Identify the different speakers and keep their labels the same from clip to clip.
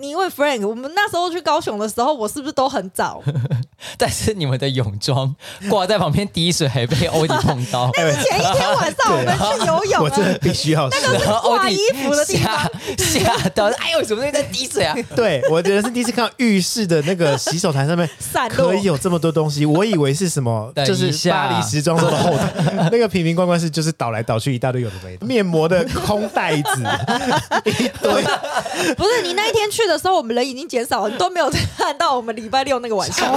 Speaker 1: 你问 Frank，我们那时候去高雄的时候，我是不是都很早？
Speaker 2: 但是你们的泳装挂在旁边滴水，还被欧弟碰 到，
Speaker 1: 那是前一天晚上我们去游泳
Speaker 3: 哎我真
Speaker 1: 啊
Speaker 3: 的，必须要说，
Speaker 1: 那个
Speaker 2: 欧
Speaker 1: 哎挂
Speaker 2: 弟
Speaker 1: 衣服的地方，
Speaker 2: 吓 吓到，哎呦，什么东西在滴水啊？
Speaker 3: 对我人生第一次看到浴室的那个洗手台上面
Speaker 1: 散落
Speaker 3: 可以有这么多东西，我以为是什么，
Speaker 2: 等一
Speaker 3: 就是
Speaker 2: 下
Speaker 3: 巴黎时装周的后台那个瓶瓶罐罐是就是倒来倒去一大堆有的没的，面膜的空袋子一堆，
Speaker 1: 不是你那一天去的时候，我们人已经减少了，你都没有看到我们礼拜六那个晚上。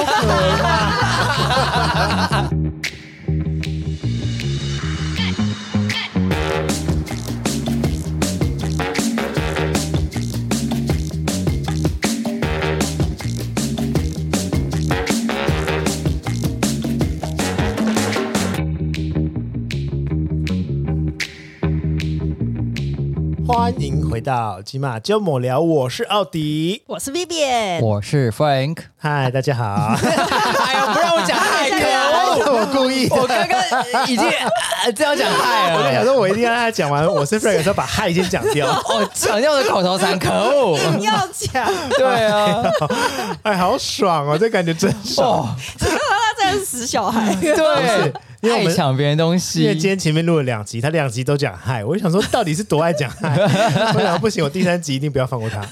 Speaker 3: 欢迎回到吉马周末聊，我是奥迪，
Speaker 1: 我是 Vivian，
Speaker 2: 我是 Frank，
Speaker 3: 嗨，大家好，哎
Speaker 2: 哎呀，不让我讲嗨，可恶！
Speaker 3: 我故意的。
Speaker 2: 我刚刚已经、啊这样讲嗨
Speaker 3: 我就想
Speaker 2: 了，
Speaker 3: 说，我一定要让他讲完。我是 Frank 的时候，把嗨先讲 掉。
Speaker 2: 哦，强调的口头禅，可恶！
Speaker 1: 你要讲，
Speaker 2: 对啊，
Speaker 3: 哎，好爽哦，这感觉真 爽。
Speaker 2: 哦，哎
Speaker 1: 他真的是死小孩。
Speaker 2: 对，
Speaker 3: 因为我
Speaker 2: 爱
Speaker 3: 们
Speaker 2: 抢别人东西
Speaker 3: 因为，今天前面录了两集，他两集都讲嗨，我就想说到底是多爱讲 嗨，我想不行，我第三集一定不要放过他。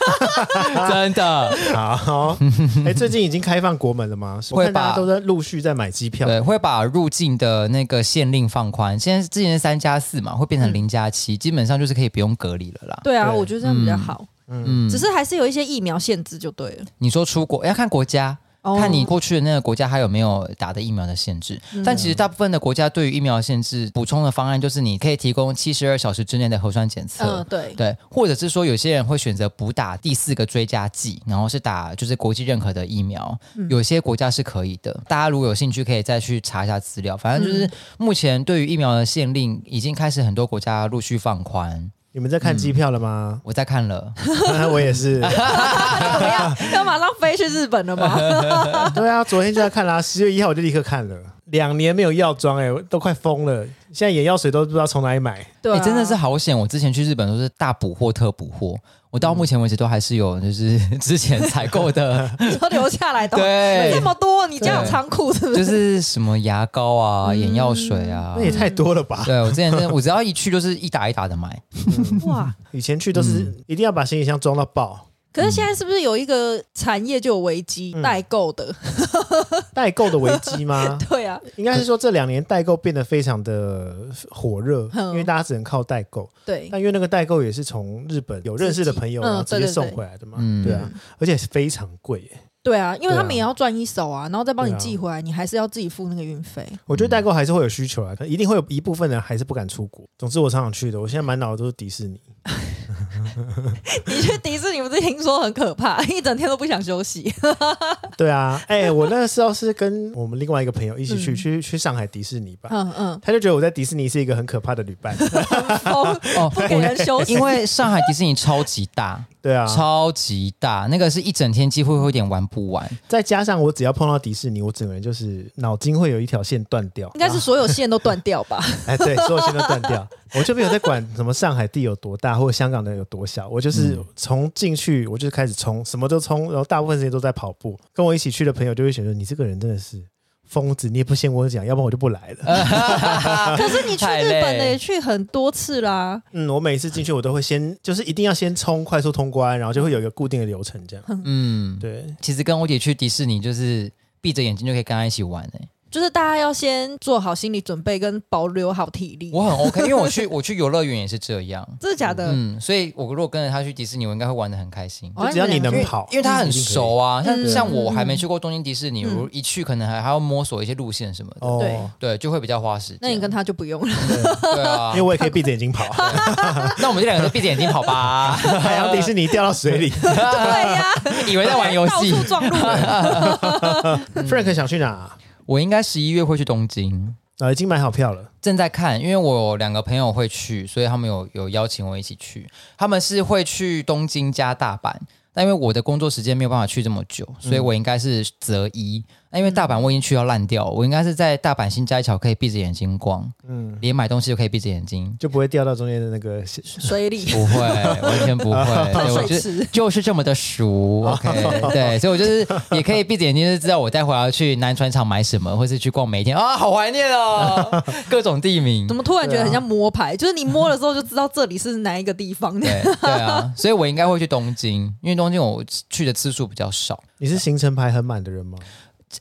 Speaker 2: 真 的，
Speaker 3: 好，哎、最近已经开放国门了吗？我
Speaker 2: 会
Speaker 3: 看大家
Speaker 2: 吧
Speaker 3: 都在陆续在买机票。
Speaker 2: 对，会把入境的那个限令放宽。现在之前是三加四嘛，会变成零加七，基本上就是可以不用隔离了啦。
Speaker 1: 对啊，
Speaker 3: 对
Speaker 1: 我觉得这样比较好。
Speaker 2: 嗯
Speaker 1: 只，是还是有一些疫苗限制就对了。
Speaker 2: 你说出国要看国家。
Speaker 1: 哦
Speaker 2: 看你过去的那个国家还有没有打的疫苗的限制，但其实大部分的国家对于疫苗的限制补充的方案就是你可以提供七十二小时之内的核酸检测，
Speaker 1: 嗯，对，
Speaker 2: 对，或者是说有些人会选择补打第四个追加剂，然后是打就是国际认可的疫苗，有些国家是可以的。大家如果有兴趣，可以再去查一下资料。反正就是目前对于疫苗的限令已经开始很多国家陆续放宽。
Speaker 3: 你们在看机票了吗？
Speaker 2: 我在看了，嗯
Speaker 3: 我也是。
Speaker 1: 怎么样？ 要马上飞去日本了吗？
Speaker 3: 对啊，昨天就在看啦、十月一号我就立刻看了。两年没有药妆、哎，我都快疯了。现在眼药水都不知道从哪里买。
Speaker 1: 对啊、
Speaker 2: 欸真的是好险！我之前去日本都是大补货特补货，我到
Speaker 1: 嗯
Speaker 2: 目前为止都还是有就是 之前采 购的，
Speaker 1: 都留下来的。
Speaker 2: 对
Speaker 1: 这么多，你家有仓库是不？
Speaker 2: 就是是什么牙膏啊、眼药水
Speaker 1: 嗯
Speaker 2: 啊
Speaker 3: 那。也太多了吧？
Speaker 2: 对我之前真的，我只要一去就是一打一打的 买，
Speaker 1: 哇！
Speaker 3: 以前去都是
Speaker 2: 嗯
Speaker 3: 一定要把行李箱装到爆，
Speaker 1: 可是现在是不是有一个产业就有危机？代购的，
Speaker 3: 代购的危机 吗？
Speaker 1: 对嗯啊，
Speaker 3: 应该是说这两年代购变得非常的火热，
Speaker 1: 嗯
Speaker 3: 因为大家只能靠代购。
Speaker 1: 对，
Speaker 3: 但因为那个代购也是从日本有认识的朋友，
Speaker 1: 自己嗯
Speaker 3: 然后直接
Speaker 1: 对对
Speaker 3: 送
Speaker 1: 对
Speaker 3: 回来的嘛，
Speaker 2: 嗯
Speaker 3: 对啊，而且非常贵耶。
Speaker 1: 对啊，因为他
Speaker 3: 对
Speaker 1: 们
Speaker 3: 啊
Speaker 1: 也要赚一手啊，然后再帮你
Speaker 3: 对啊
Speaker 1: 寄回来，你还是要自己付那个运费。
Speaker 3: 我觉得代购还是会有需求啊，可能一定会有一部分人还是不敢出国。总之，我常常去的，我现在满脑子都是迪士尼。
Speaker 1: 你去 迪士尼不是听说很可怕， 一整天都不想休息？
Speaker 3: 对啊，哎、我那时候是跟我们另外一个朋友一起去、
Speaker 1: 嗯
Speaker 3: 去去上海迪士尼吧，
Speaker 1: 嗯 嗯，
Speaker 3: 他就觉得我在迪士尼是一个很可怕的旅 伴。
Speaker 1: 疯
Speaker 2: 哦
Speaker 1: 不给人休息
Speaker 2: 因。为上海迪士尼超级大，
Speaker 3: 对 啊，
Speaker 2: 超级大，那个是一整天几乎会有点玩不 完。
Speaker 3: 再加上我只要碰到迪士尼，我整个人就是脑筋会有一条线断掉，
Speaker 1: 应该是所有线都断掉 吧？
Speaker 3: 哎，对，所有线都断掉。我就没有在管什么上海地有多大，或者香港的有多小，我就是
Speaker 1: 嗯
Speaker 3: 从进去我就是开始冲，什么都冲，然后大部分时间都在跑步。跟我一起去的朋友就会觉得你这个人真的是疯子，你也不先跟我讲，要不然我就不来了。
Speaker 1: 可是你去
Speaker 2: 太
Speaker 1: 日本的
Speaker 2: 累
Speaker 1: 也去很多次啦，
Speaker 3: 嗯，我每次进去我都会先，就是一定要先冲，快速通关，然后就会有一个固定的流程这样。
Speaker 2: 嗯，
Speaker 3: 对，
Speaker 2: 其实跟欧姐去迪士尼就是闭着眼睛就可以跟她一起玩诶、欸
Speaker 1: 就是大家要先做好心理准备，跟保留好体力。
Speaker 2: 我很 OK，因为我去我去游乐园也是这样。
Speaker 1: 真的假的？
Speaker 2: 嗯，所以我如果跟着她去迪士尼，我应该会玩的很开心。
Speaker 1: 哦
Speaker 3: 就只要你
Speaker 1: 们两个
Speaker 3: 能
Speaker 2: 因为
Speaker 3: 跑，
Speaker 2: 因为她很
Speaker 3: 一定可以
Speaker 2: 熟啊，像
Speaker 1: 嗯
Speaker 2: 像我
Speaker 1: 嗯
Speaker 2: 还没去过东京迪士尼，
Speaker 1: 嗯
Speaker 2: 我一去可能还还要摸索一些路线什么的，
Speaker 1: 对
Speaker 3: 哦。
Speaker 2: 对，就会比较花时间。
Speaker 1: 那你跟他就不 用了。
Speaker 2: 对啊
Speaker 3: 因为，我也可以闭着眼睛跑，
Speaker 2: 那我们这两个就闭着眼睛跑吧，
Speaker 3: 海洋迪士尼掉到 水里。
Speaker 1: 对呀、
Speaker 2: 以为在玩游戏
Speaker 1: 到。处撞路 人。嗯
Speaker 3: Frank 想去哪？
Speaker 2: 我应该十一月会去东京。
Speaker 3: 啊，已经买好票了。
Speaker 2: 正在看，因为我有两个朋友会去，所以他们有有邀请我一起去。他们是会去东京加大阪，但因为我的工作时间没有办法去这么久，所以我应该是择一。那因为大阪我已经去到烂掉，我应该是在大阪新街桥可以闭着眼睛逛，
Speaker 3: 嗯，
Speaker 2: 连买东西都可以闭着眼 睛。
Speaker 3: 就不会掉到中间的那个线。
Speaker 1: 水里
Speaker 2: 不会，完全不会。对，我
Speaker 1: 水
Speaker 2: 就是
Speaker 1: 池，
Speaker 2: 就是这么的熟，OK，对，所以我就是也可以闭着眼睛就知道我待会儿要去南船厂买什么，或是去逛每一天啊，好怀念哦，各种地名
Speaker 1: 怎。么突然觉
Speaker 3: 对
Speaker 1: 得
Speaker 3: 啊
Speaker 1: 很像摸牌？ 就是你摸了之后就知道这里是哪一个地方。
Speaker 2: 对对啊，所以我应该会去东京，因为东京我去的次数比较少。
Speaker 3: 你是行程排很满的人吗？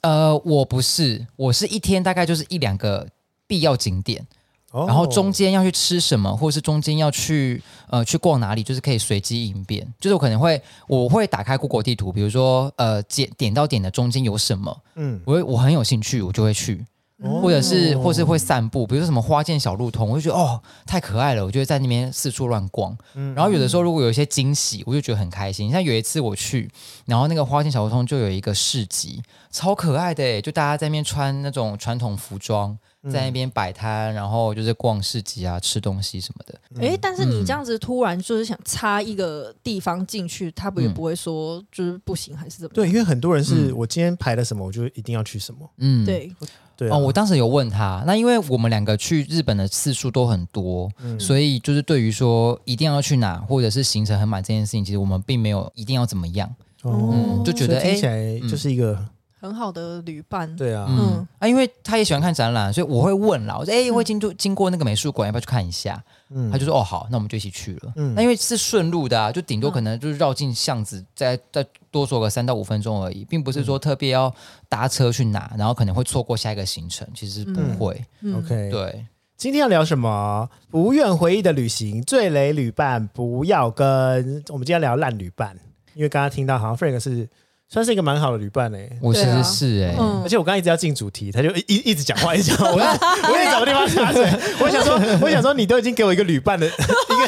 Speaker 2: 呃，我不是，我是一天大概就是一两个必要景点，
Speaker 3: 哦
Speaker 2: 然后中间要去吃什么，或者是中间要去呃去逛哪里，就是可以随机应变。就是我可能会我会打开 Google 地图，比如说呃点点到点的中间有什么，
Speaker 3: 嗯，
Speaker 2: 我会我很有兴趣，我就会去。
Speaker 3: 哦
Speaker 2: 或者是，或是会散步，比如说什么花见小路通，我就觉得哦太可爱了，我就会在那边四处乱逛。
Speaker 3: 嗯
Speaker 2: 然后有的时候如果有一些惊喜，我就觉得很开心。像有一次我去，然后那个花见小路通就有一个市集，超可爱的耶，就大家在那边穿那种传统服装，
Speaker 3: 嗯
Speaker 2: 在那边摆摊，然后就是逛市集啊，吃东西什么的。
Speaker 1: 哎，但是
Speaker 3: 嗯
Speaker 1: 你这样子突然就是想插一个地方进去，他不也不会说就是不行还是怎么样？
Speaker 3: 嗯对，因为很多人是
Speaker 2: 嗯
Speaker 3: 我今天排了什么，我就一定要去什么。
Speaker 2: 嗯，。
Speaker 1: 对，
Speaker 3: 对啊
Speaker 2: 哦，我当时有问他，那因为我们两个去日本的次数都很多，
Speaker 3: 嗯
Speaker 2: 所以就是对于说一定要去哪，或者是行程很满这件事情，其实我们并没有一定要怎么样，嗯，
Speaker 1: 哦
Speaker 2: 就觉得
Speaker 3: 所以
Speaker 2: 哎
Speaker 3: 听起，来就是一个
Speaker 1: 很好的旅伴。
Speaker 3: 对啊，
Speaker 2: 嗯
Speaker 1: 嗯
Speaker 2: 啊，因为他也喜欢看展览，所以我会问啦，我说哎、会经过经过那个美术馆，要不要去看一下？
Speaker 3: 嗯
Speaker 2: 他就说哦好，那我们就一起去了。
Speaker 3: 嗯
Speaker 2: 那因为是顺路的啊，就
Speaker 1: 嗯
Speaker 2: 顶多可能就是绕进巷子，再再多走个三到五分钟而已，并不是
Speaker 3: 嗯
Speaker 2: 说特别要搭车去哪，然后可能会错过下一个行程，其实不
Speaker 1: 嗯
Speaker 2: 会。
Speaker 1: 嗯
Speaker 3: OK。
Speaker 2: 对，
Speaker 3: 今天要聊什么？不愿回忆的旅行，最雷旅伴不要跟。我们今天聊烂旅伴，因为刚刚听到好像 Frank 是算是一个蛮好的旅伴欸嘞、
Speaker 2: 我其
Speaker 1: 对啊
Speaker 2: 实是哎、
Speaker 1: 嗯
Speaker 3: 而且我刚刚一直要进主题，他就一一一直讲话，一直讲话，我在我在找个地方插嘴。我想说，我想说，你都已经给我一个旅伴的 一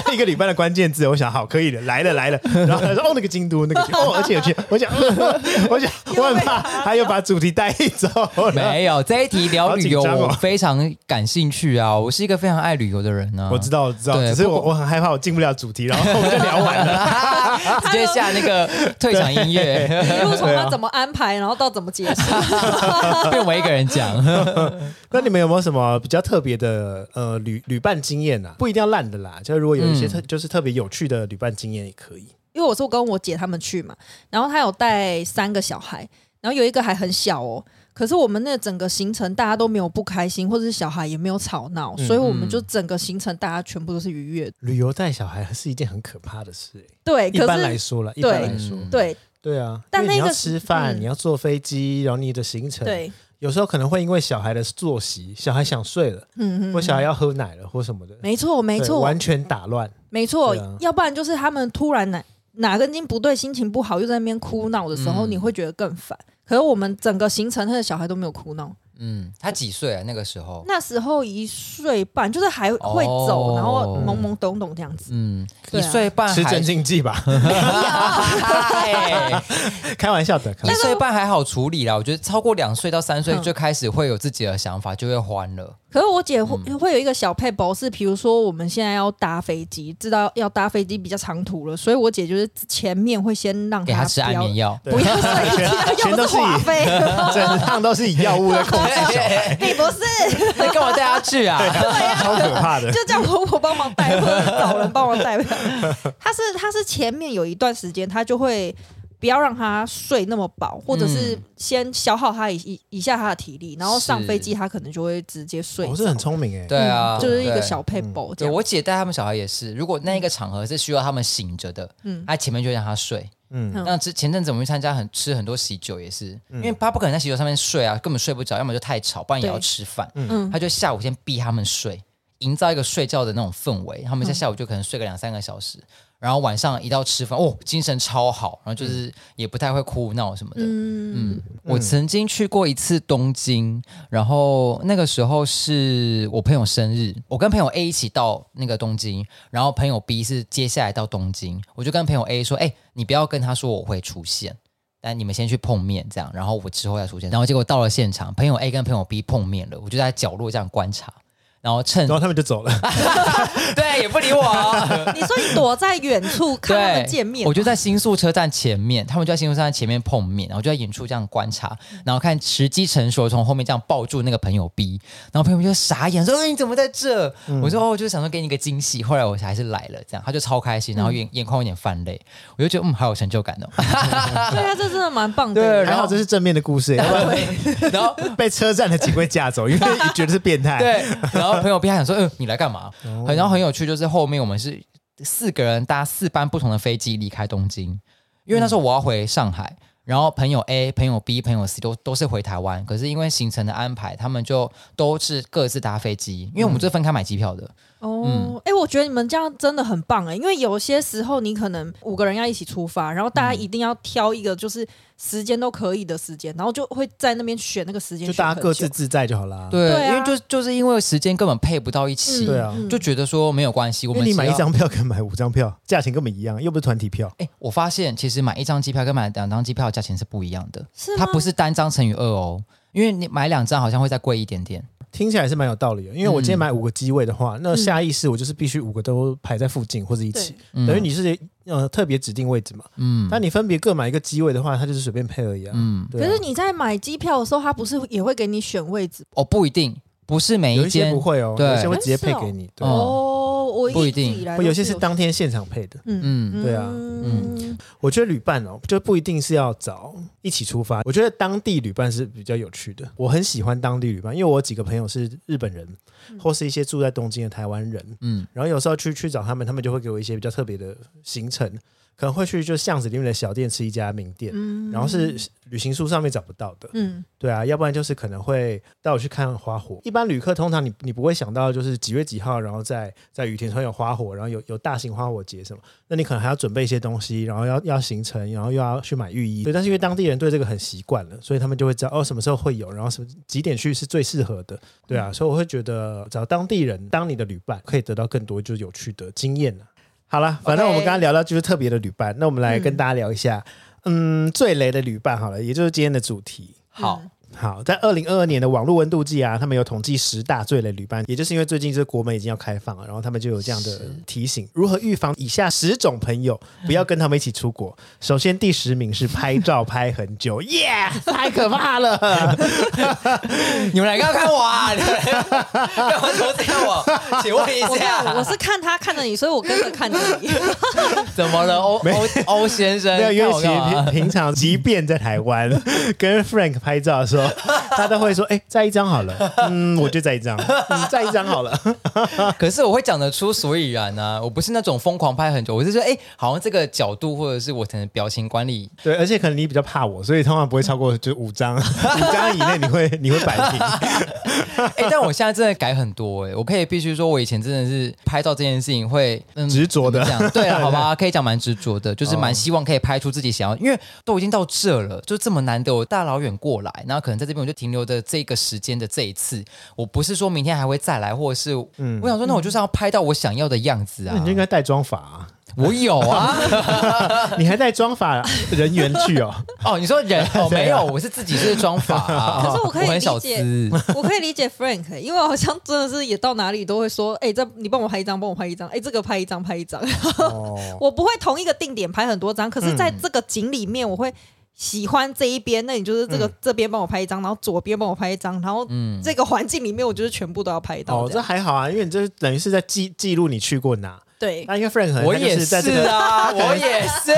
Speaker 3: 个一个旅伴的关键字，我想好可以了，来了来了。然后他说哦，那个京都那个京都哦，而且有去，我想 我想我很怕他又把主题带走了。
Speaker 2: 没有这一题聊旅游，
Speaker 3: 好紧张哦
Speaker 2: 我非常感兴趣啊！我是一个非常爱旅游的人呢、啊。
Speaker 3: 我知道，我知道，
Speaker 2: 对
Speaker 3: 只是我我很害怕我进不了主题，然后我就聊完了。
Speaker 2: 道，直接下那个退场音乐，
Speaker 1: 一路从
Speaker 3: 啊
Speaker 1: 他怎么安排，然后到怎么结束，
Speaker 2: 变我一个人讲。
Speaker 3: 那你们有没有什么比较特别的呃旅旅伴经验啊？不一定要烂的啦，就是如果有一些特、就是特别有趣的旅伴经验也可以。
Speaker 1: 因为我是跟我姐他们去嘛，然后她有带三个小孩，然后有一个还很小哦。可是我们那整个行程大家都没有不开心，或者是小孩也没有吵闹，所以
Speaker 3: 嗯
Speaker 1: 我们就整个行程大家全部都是愉悦的。
Speaker 3: 旅游带小孩是一件很可怕的事、欸
Speaker 1: 对，
Speaker 3: 一般
Speaker 1: 可
Speaker 3: 来
Speaker 1: 是
Speaker 3: 说了，一
Speaker 1: 对
Speaker 3: 般来说，
Speaker 2: 嗯
Speaker 1: 对
Speaker 3: 对啊，
Speaker 1: 但
Speaker 3: 因为你
Speaker 1: 那个
Speaker 3: 要吃饭，
Speaker 1: 嗯
Speaker 3: 你要坐飞机，然后你的行程，，
Speaker 1: 对，
Speaker 3: 有时候可能会因为小孩的作息，小孩想睡了，
Speaker 1: 嗯嗯，
Speaker 3: 或小孩要喝奶了，或什么的，
Speaker 1: 没错没
Speaker 3: 对
Speaker 1: 错
Speaker 3: 完全打乱。
Speaker 1: 没错
Speaker 3: 对啊，
Speaker 1: 要不然就是他们突然哪哪根筋不对，心情不好又在那边哭闹的时候，
Speaker 2: 嗯
Speaker 1: 你会觉得更烦。可是我们整个行程，他的小孩都没有哭闹，
Speaker 2: 嗯，他几岁啊？那个时候，
Speaker 1: 那时候一岁半，就是还会走，
Speaker 2: 哦
Speaker 1: 然后懵懵懂懂这样子。
Speaker 2: 嗯，
Speaker 1: 对
Speaker 2: 一
Speaker 1: 啊
Speaker 2: 岁半
Speaker 3: 吃
Speaker 2: 还
Speaker 3: 镇静剂吧，
Speaker 2: 嗨
Speaker 3: 开玩笑的。开玩笑 的
Speaker 2: 一岁半还好处理啦。我觉得超过两岁到三岁
Speaker 1: 嗯
Speaker 2: 就开始会有自己的想法，就会欢了。
Speaker 1: 可是我姐会、会有一个小配博是，比如说我们现在要搭飞机，知道要搭飞机比较长途了，所以我姐就是前面会先让
Speaker 2: 给他吃安眠
Speaker 1: 药，
Speaker 2: 药，
Speaker 1: 不要睡
Speaker 3: 全
Speaker 1: 觉，
Speaker 3: 全
Speaker 1: 又
Speaker 3: 都
Speaker 1: 不
Speaker 3: 是
Speaker 1: 是华
Speaker 3: 以
Speaker 1: 妃，
Speaker 3: 整趟都是以药物在控制小孩，
Speaker 1: 你不是。
Speaker 2: 你干嘛带他去啊？
Speaker 3: 超可 怕的。
Speaker 1: 就叫婆婆帮忙带，或者找人帮忙带。 他是他是前面有一段时间，他就会不要让他睡那么饱，或者是
Speaker 2: 嗯
Speaker 1: 先消耗他一一一下他的体力，然后上
Speaker 2: 是
Speaker 1: 飞机他可能就会直接睡着。嗯
Speaker 3: 我是很聪明哎、
Speaker 2: 哦对啊，
Speaker 1: 就是一个
Speaker 2: 对
Speaker 1: 小配宝这
Speaker 2: 对
Speaker 1: 样。
Speaker 2: 我姐带他们小孩也是，如果那一个场合是需要他们醒着的，
Speaker 1: 嗯
Speaker 2: 嗯，她前面就让他睡。
Speaker 3: 嗯
Speaker 2: 那之前阵子我们去参加很吃很多喜酒也是，
Speaker 3: 嗯
Speaker 2: 因为他不可能在喜酒上面睡啊，根本睡不着，要么就太吵，不然也要吃饭。
Speaker 1: 嗯
Speaker 2: 他就下午先逼他们睡，营造一个睡觉的那种氛围。他们在下午就可能睡个两三个小时，然后晚上一到吃饭，哦，精神超好，然后就是也不太会哭闹什么的。
Speaker 1: 嗯
Speaker 2: 我曾经去过一次东京，然后那个时候是我朋友生日，我跟朋友 A 一起到那个东京，然后朋友 B 是接下来到东京，我就跟朋友 A 说：“哎、你不要跟他说我会出现，但你们先去碰面这样，然后我之后再出现。”然后结果到了现场，朋友 A 跟朋友 B 碰面了，我就在角落这样观察。然后趁
Speaker 3: 然后他们就走了。
Speaker 2: 对也不理我。啊
Speaker 1: 你说你躲在远处看他
Speaker 2: 对
Speaker 1: 们，见面，哦
Speaker 2: 我 就在新宿车站前面，他们就在新宿车站前面碰面，然后就在远处这样观察，然后看时机成熟，从后面这样抱住那个朋友 B，然后朋友 B 就傻眼说：“哎、你怎么在这？”我说：“哦，我就想说给你个惊喜。”后来我还是来了，这样他就超开心，然后
Speaker 1: 嗯
Speaker 2: 眼、眼眶有点泛泪，我就觉得嗯，好有成就感哦。
Speaker 1: 对啊，这真的蛮棒
Speaker 2: 对
Speaker 1: 的。
Speaker 3: 还好哎这是正面的故事，要不然
Speaker 2: 然后
Speaker 3: 被车站的警卫架走，因为觉得是变态。
Speaker 2: 对， 然后朋友 B 还想说，嗯、你来干嘛？
Speaker 3: 哦
Speaker 2: 很然后很有趣，就是后面我们是四个人搭四班不同的飞机离开东京，因为那时候我要回上海，然后朋友 A、朋友 B、朋友 C 都都是回台湾，可是因为行程的安排，他们就都是各自搭飞机，因为我们是分开买机票的，
Speaker 3: 嗯
Speaker 1: 哦，哎，我觉得你们这样真的很棒哎，因为有些时候你可能五个人要一起出发，然后大家一定要挑一个就是时间都可以的时间，然后就会在那边选那个时间，
Speaker 3: 就大家
Speaker 1: 选很
Speaker 3: 各
Speaker 1: 久
Speaker 3: 自自在就好啦。
Speaker 2: 对，
Speaker 1: 对啊
Speaker 2: 因为就就是因为时间根本配不到一起，
Speaker 1: 嗯
Speaker 3: 对啊
Speaker 1: 嗯
Speaker 2: 就觉得说没有关系，我
Speaker 3: 因
Speaker 2: 们
Speaker 3: 为哎你买
Speaker 2: 只
Speaker 3: 一
Speaker 2: 要
Speaker 3: 张票跟买五张票价钱根本一样，又不是团体票。
Speaker 2: 哎、我发现其实买一张机票跟买两张机票的价钱是不一样的，
Speaker 1: 是
Speaker 2: 它
Speaker 1: 吗
Speaker 2: 不是单张乘以二哦，因为你买两张好像会再贵一点点。
Speaker 3: 听起来是蛮有道理的，因为我今天买五个机位的话，那
Speaker 1: 嗯
Speaker 3: 下意识我就是必须五个都排在附近或者一起，
Speaker 2: 嗯
Speaker 3: 等于你是呃特别指定位置嘛。
Speaker 2: 嗯
Speaker 3: 但你分别各买一个机位的话，它就是随便配而已啊。
Speaker 2: 嗯
Speaker 3: 对
Speaker 1: 可
Speaker 3: 啊
Speaker 1: 是你在买机票的时候，他不是也会给你选位置
Speaker 2: 哦不一定，不是每
Speaker 3: 有
Speaker 2: 一
Speaker 3: 一些
Speaker 2: 间
Speaker 3: 不会哦，
Speaker 2: 对
Speaker 3: 有一些会直接配给你，对啊
Speaker 1: 哎
Speaker 2: 嗯，
Speaker 1: 哦？我
Speaker 2: 不一
Speaker 1: 直以
Speaker 2: 定
Speaker 1: 来
Speaker 3: 或
Speaker 1: 都
Speaker 3: 有些是
Speaker 1: 有
Speaker 3: 当天现场配的。
Speaker 1: 嗯
Speaker 2: 嗯
Speaker 3: 对啊
Speaker 1: 嗯
Speaker 3: 我觉得旅伴哦，就不一定是要找一起出发。我觉得当地旅伴是比较有趣的，我很喜欢当地旅伴，因为我有几个朋友是日本人，
Speaker 1: 嗯
Speaker 3: 或是一些住在东京的台湾人，
Speaker 2: 嗯
Speaker 3: 然后有时候去去找他们，他们就会给我一些比较特别的行程，可能会去就巷子里面的小店吃一家名店，
Speaker 1: 嗯
Speaker 3: 然后是旅行书上面找不到的，
Speaker 1: 嗯
Speaker 3: 对啊，要不然就是可能会带我去看花火。一般旅客通常你你不会想到就是几月几号，然后在在羽田川有花火，然后有有大型花火节什么，那你可能还要准备一些东西，然后要要行程，然后又要去买浴衣。对，但是因为当地人对这个很习惯了，所以他们就会知道哦什么时候会有，然后什么几点去是最适合的。对啊，所以我会觉得找当地人当你的旅伴，可以得到更多就是有趣的经验啊。好了，反正
Speaker 2: OK
Speaker 3: 我们刚刚聊到就是特别的旅伴，那我们来跟
Speaker 1: 嗯
Speaker 3: 大家聊一下，嗯，最雷的旅伴好了，也就是今天的主题。
Speaker 2: 好
Speaker 3: 好，在二零二二年的网络温度计啊，他们有统计十大最雷旅伴，也就是因为最近这国门已经要开放了，然后他们就有这样的提醒：如何预防以下十种朋友不要跟他们一起出国？首先，第十名是拍照拍很久，耶、 太可怕了！
Speaker 2: 你们来刚看我啊，你们来干嘛偷看我？啊请问一
Speaker 1: 我看我
Speaker 2: 下，
Speaker 1: 是看他看着你，所以我跟着看着你。
Speaker 2: 怎么了，欧欧 欧先生？
Speaker 3: 对， 因
Speaker 2: 看
Speaker 3: 为
Speaker 2: 我
Speaker 3: 其实
Speaker 2: 干嘛
Speaker 3: 平平常，即便在台湾跟 Frank 拍照的时候，他都会说：“哎、再一张好了。”嗯，我就再一张，嗯，再一张好了。
Speaker 2: 可是我会讲得出所以然啊，我不是那种疯狂拍很久，我是说，哎、好像这个角度或者是我可能表情管理
Speaker 3: 对，而且可能你比较怕我，所以通常不会超过就五张，五张以内你会你会摆平。
Speaker 2: 哎、但我现在真的改很多哎、我可以必须说，我以前真的是拍照这件事情会、嗯、
Speaker 3: 执着的
Speaker 2: 怎么讲对 啊，好吧，可以讲蛮执着的，就是蛮
Speaker 3: 哦
Speaker 2: 希望可以拍出自己想要，因为都已经到这了，就这么难得，我大老远过来，然后可能在这边我就停留的这个时间的这一次，我不是说明天还会再来，或者是、我想说，那我就是要拍到我想要的样子
Speaker 3: 嗯那你
Speaker 2: 啊
Speaker 3: 就，应该带妆法、啊，
Speaker 2: 我有 啊，
Speaker 3: 你还带妆法人员去哦？
Speaker 2: 哦，你说 人哦
Speaker 3: 对啊
Speaker 2: 没有，我是自己是妆法、啊，
Speaker 1: 可是我可以
Speaker 2: 很小
Speaker 1: 理解
Speaker 2: 资。
Speaker 1: 我可以理解 Frank，因为欸我好像真的是也到哪里都会说，哎、这你帮我拍一张，帮我拍一张，哎、这个拍一张，拍一张。
Speaker 3: 哦，
Speaker 1: 我不会同一个定点拍很多张，可是在这个景里面，我会喜欢这一边，那你就是这个、
Speaker 3: 嗯
Speaker 1: 这边帮我拍一张，然后左边帮我拍一张，然后这个环境里面，我就是全部都要拍到
Speaker 3: 哦，
Speaker 1: 这
Speaker 3: 这
Speaker 1: 样。
Speaker 3: 还好啊，因为你这等于是在记记录你去过哪。
Speaker 1: 对，
Speaker 3: 那因为 Frank
Speaker 2: 我也
Speaker 3: 是在
Speaker 2: 是
Speaker 3: 这个
Speaker 2: 啊， 我也是。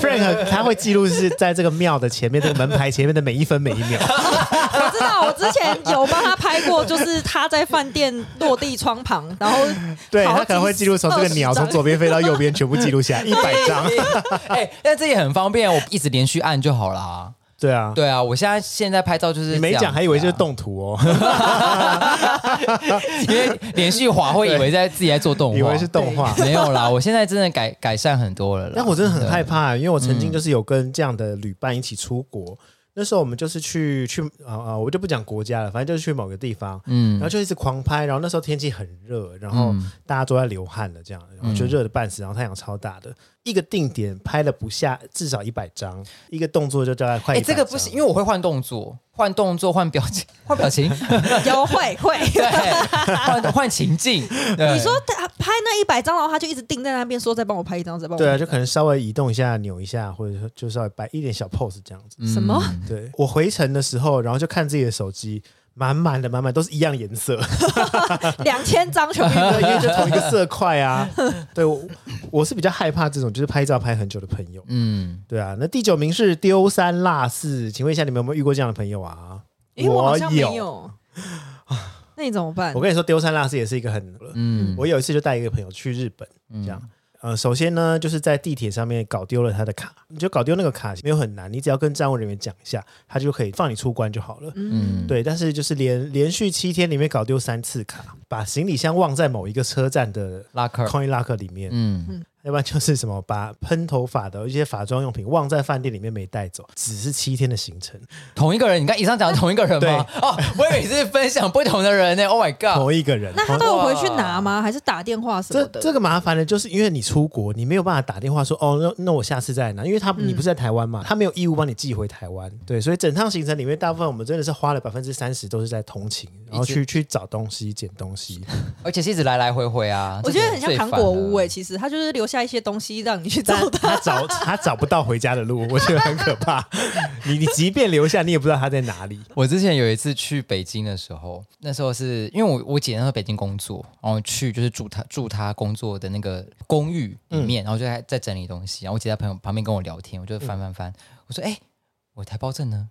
Speaker 3: Frank 他会记录是在这个庙的前面，这个门牌前面的每一分每一 秒。
Speaker 1: 我知道，我之前有帮他拍过，就是他在饭店落地窗旁，然后
Speaker 3: 对
Speaker 1: 好
Speaker 3: 他可能会记录从这个鸟
Speaker 1: 几十张
Speaker 3: 从左边飞到右边，全部记录下来一百张。
Speaker 2: 哎、但这也很方便，我一直连续按就好啦。
Speaker 3: 对啊，
Speaker 2: 对啊，我现在现在拍照就是
Speaker 3: 你没
Speaker 2: 这样子啊
Speaker 3: 讲还以为就是，动图哦，
Speaker 2: 因为连续滑会以为在自己在做动画，
Speaker 3: 以为是动画。
Speaker 2: 没有啦。我现在真的改改善很多了啦。
Speaker 3: 但我真的很害
Speaker 2: 怕，
Speaker 3: 怕，因为我曾经就是有跟这样的旅伴一起出国，那时候我们就是去去啊啊、我就不讲国家了，反正就是去某个地方，然
Speaker 2: 嗯
Speaker 3: 后就一直狂拍，然后那时候天气很热，然后大家都在流汗了，这样，然后就热的半死，然后太阳超大的，一个定点拍了不下至少一百张，一个动作就大概快
Speaker 2: 哎、
Speaker 3: 100
Speaker 2: 这
Speaker 3: 张。
Speaker 2: 个不行，因为我会换动作，换动作，换表情，换表情，
Speaker 1: 有会会。
Speaker 2: 对，换换情境。你
Speaker 1: 你说他拍那一百张，然后他就一直定在那边，说再帮我拍一张，再帮我
Speaker 3: 对
Speaker 1: 拍
Speaker 3: 啊，
Speaker 1: 一
Speaker 3: 就
Speaker 1: 张
Speaker 3: 可能稍微移动一下、扭一下，或者说就稍微摆一点小 pose 这样子。
Speaker 2: 嗯
Speaker 1: 什么？
Speaker 3: 对我回程的时候，然后就看自己的手机，满满的满满都是一样颜色，
Speaker 1: 两千张全部
Speaker 3: 因 为因为就同一个色块啊。对我，我是比较害怕这种就是拍照拍很久的朋友。
Speaker 2: 嗯，
Speaker 3: 对啊，那第九名是丢三落四，请问一下你们有没有遇过这样的朋友啊？
Speaker 1: 因为我好像没
Speaker 3: 有。
Speaker 1: 有。 那你怎么办
Speaker 3: 我？跟你说，丢三落四也是一个很……
Speaker 2: 嗯
Speaker 3: 我有一次就带一个朋友去日本，这样。呃，首先呢，就是在地铁上面搞丢了他的卡，你就搞丢那个卡没有很难，你只要跟站务人员讲一下，他就可以放你出关就好了。
Speaker 2: 嗯，
Speaker 3: 对，但是就是连连续七天里面搞丢三次卡，把行李箱忘在某一个车站的
Speaker 2: 拉克，
Speaker 3: coin locker 里面，
Speaker 2: 嗯，
Speaker 3: 要不然就是什么把喷头发的一些法妆用品忘在饭店里面没带走，只是七天的行程，
Speaker 2: 同一个人，你看以上讲的同一个人吗？哦，我以为你是分享不同的人呢。Oh my god！
Speaker 3: 同一个人。
Speaker 1: 那
Speaker 3: 同
Speaker 1: 他都有回去拿吗？还是打电话什
Speaker 3: 这
Speaker 1: 么的？
Speaker 3: 这个麻烦的就是因为你出国，你没有办法打电话说哦，那那我下次再拿，因为他你不是在台湾嘛，他没有义务帮你寄回台湾。对，所以整趟行程里面，大部分我们真的是花了百分之三十都是在通勤，然后
Speaker 2: 一直
Speaker 3: 去去找东西、捡东西。
Speaker 2: 而且是一直来来回回啊，
Speaker 1: 我觉得很像糖果屋
Speaker 2: 哎。
Speaker 1: 哎、其实他就是留下一些东西让你去找
Speaker 3: 但
Speaker 1: 他。
Speaker 3: 他找他找不到回家的路，我觉得很可怕。你你即便留下，你也不知道他在哪里。
Speaker 2: 我之前有一次去北京的时候，那时候是因为我我姐那时候北京工作，然后去就是住她住她工作的那个公寓里
Speaker 3: 嗯
Speaker 2: 面，然后就在在整理东西，然后我姐在朋友旁边跟我聊天，我就翻翻翻，我说哎、我台胞证呢？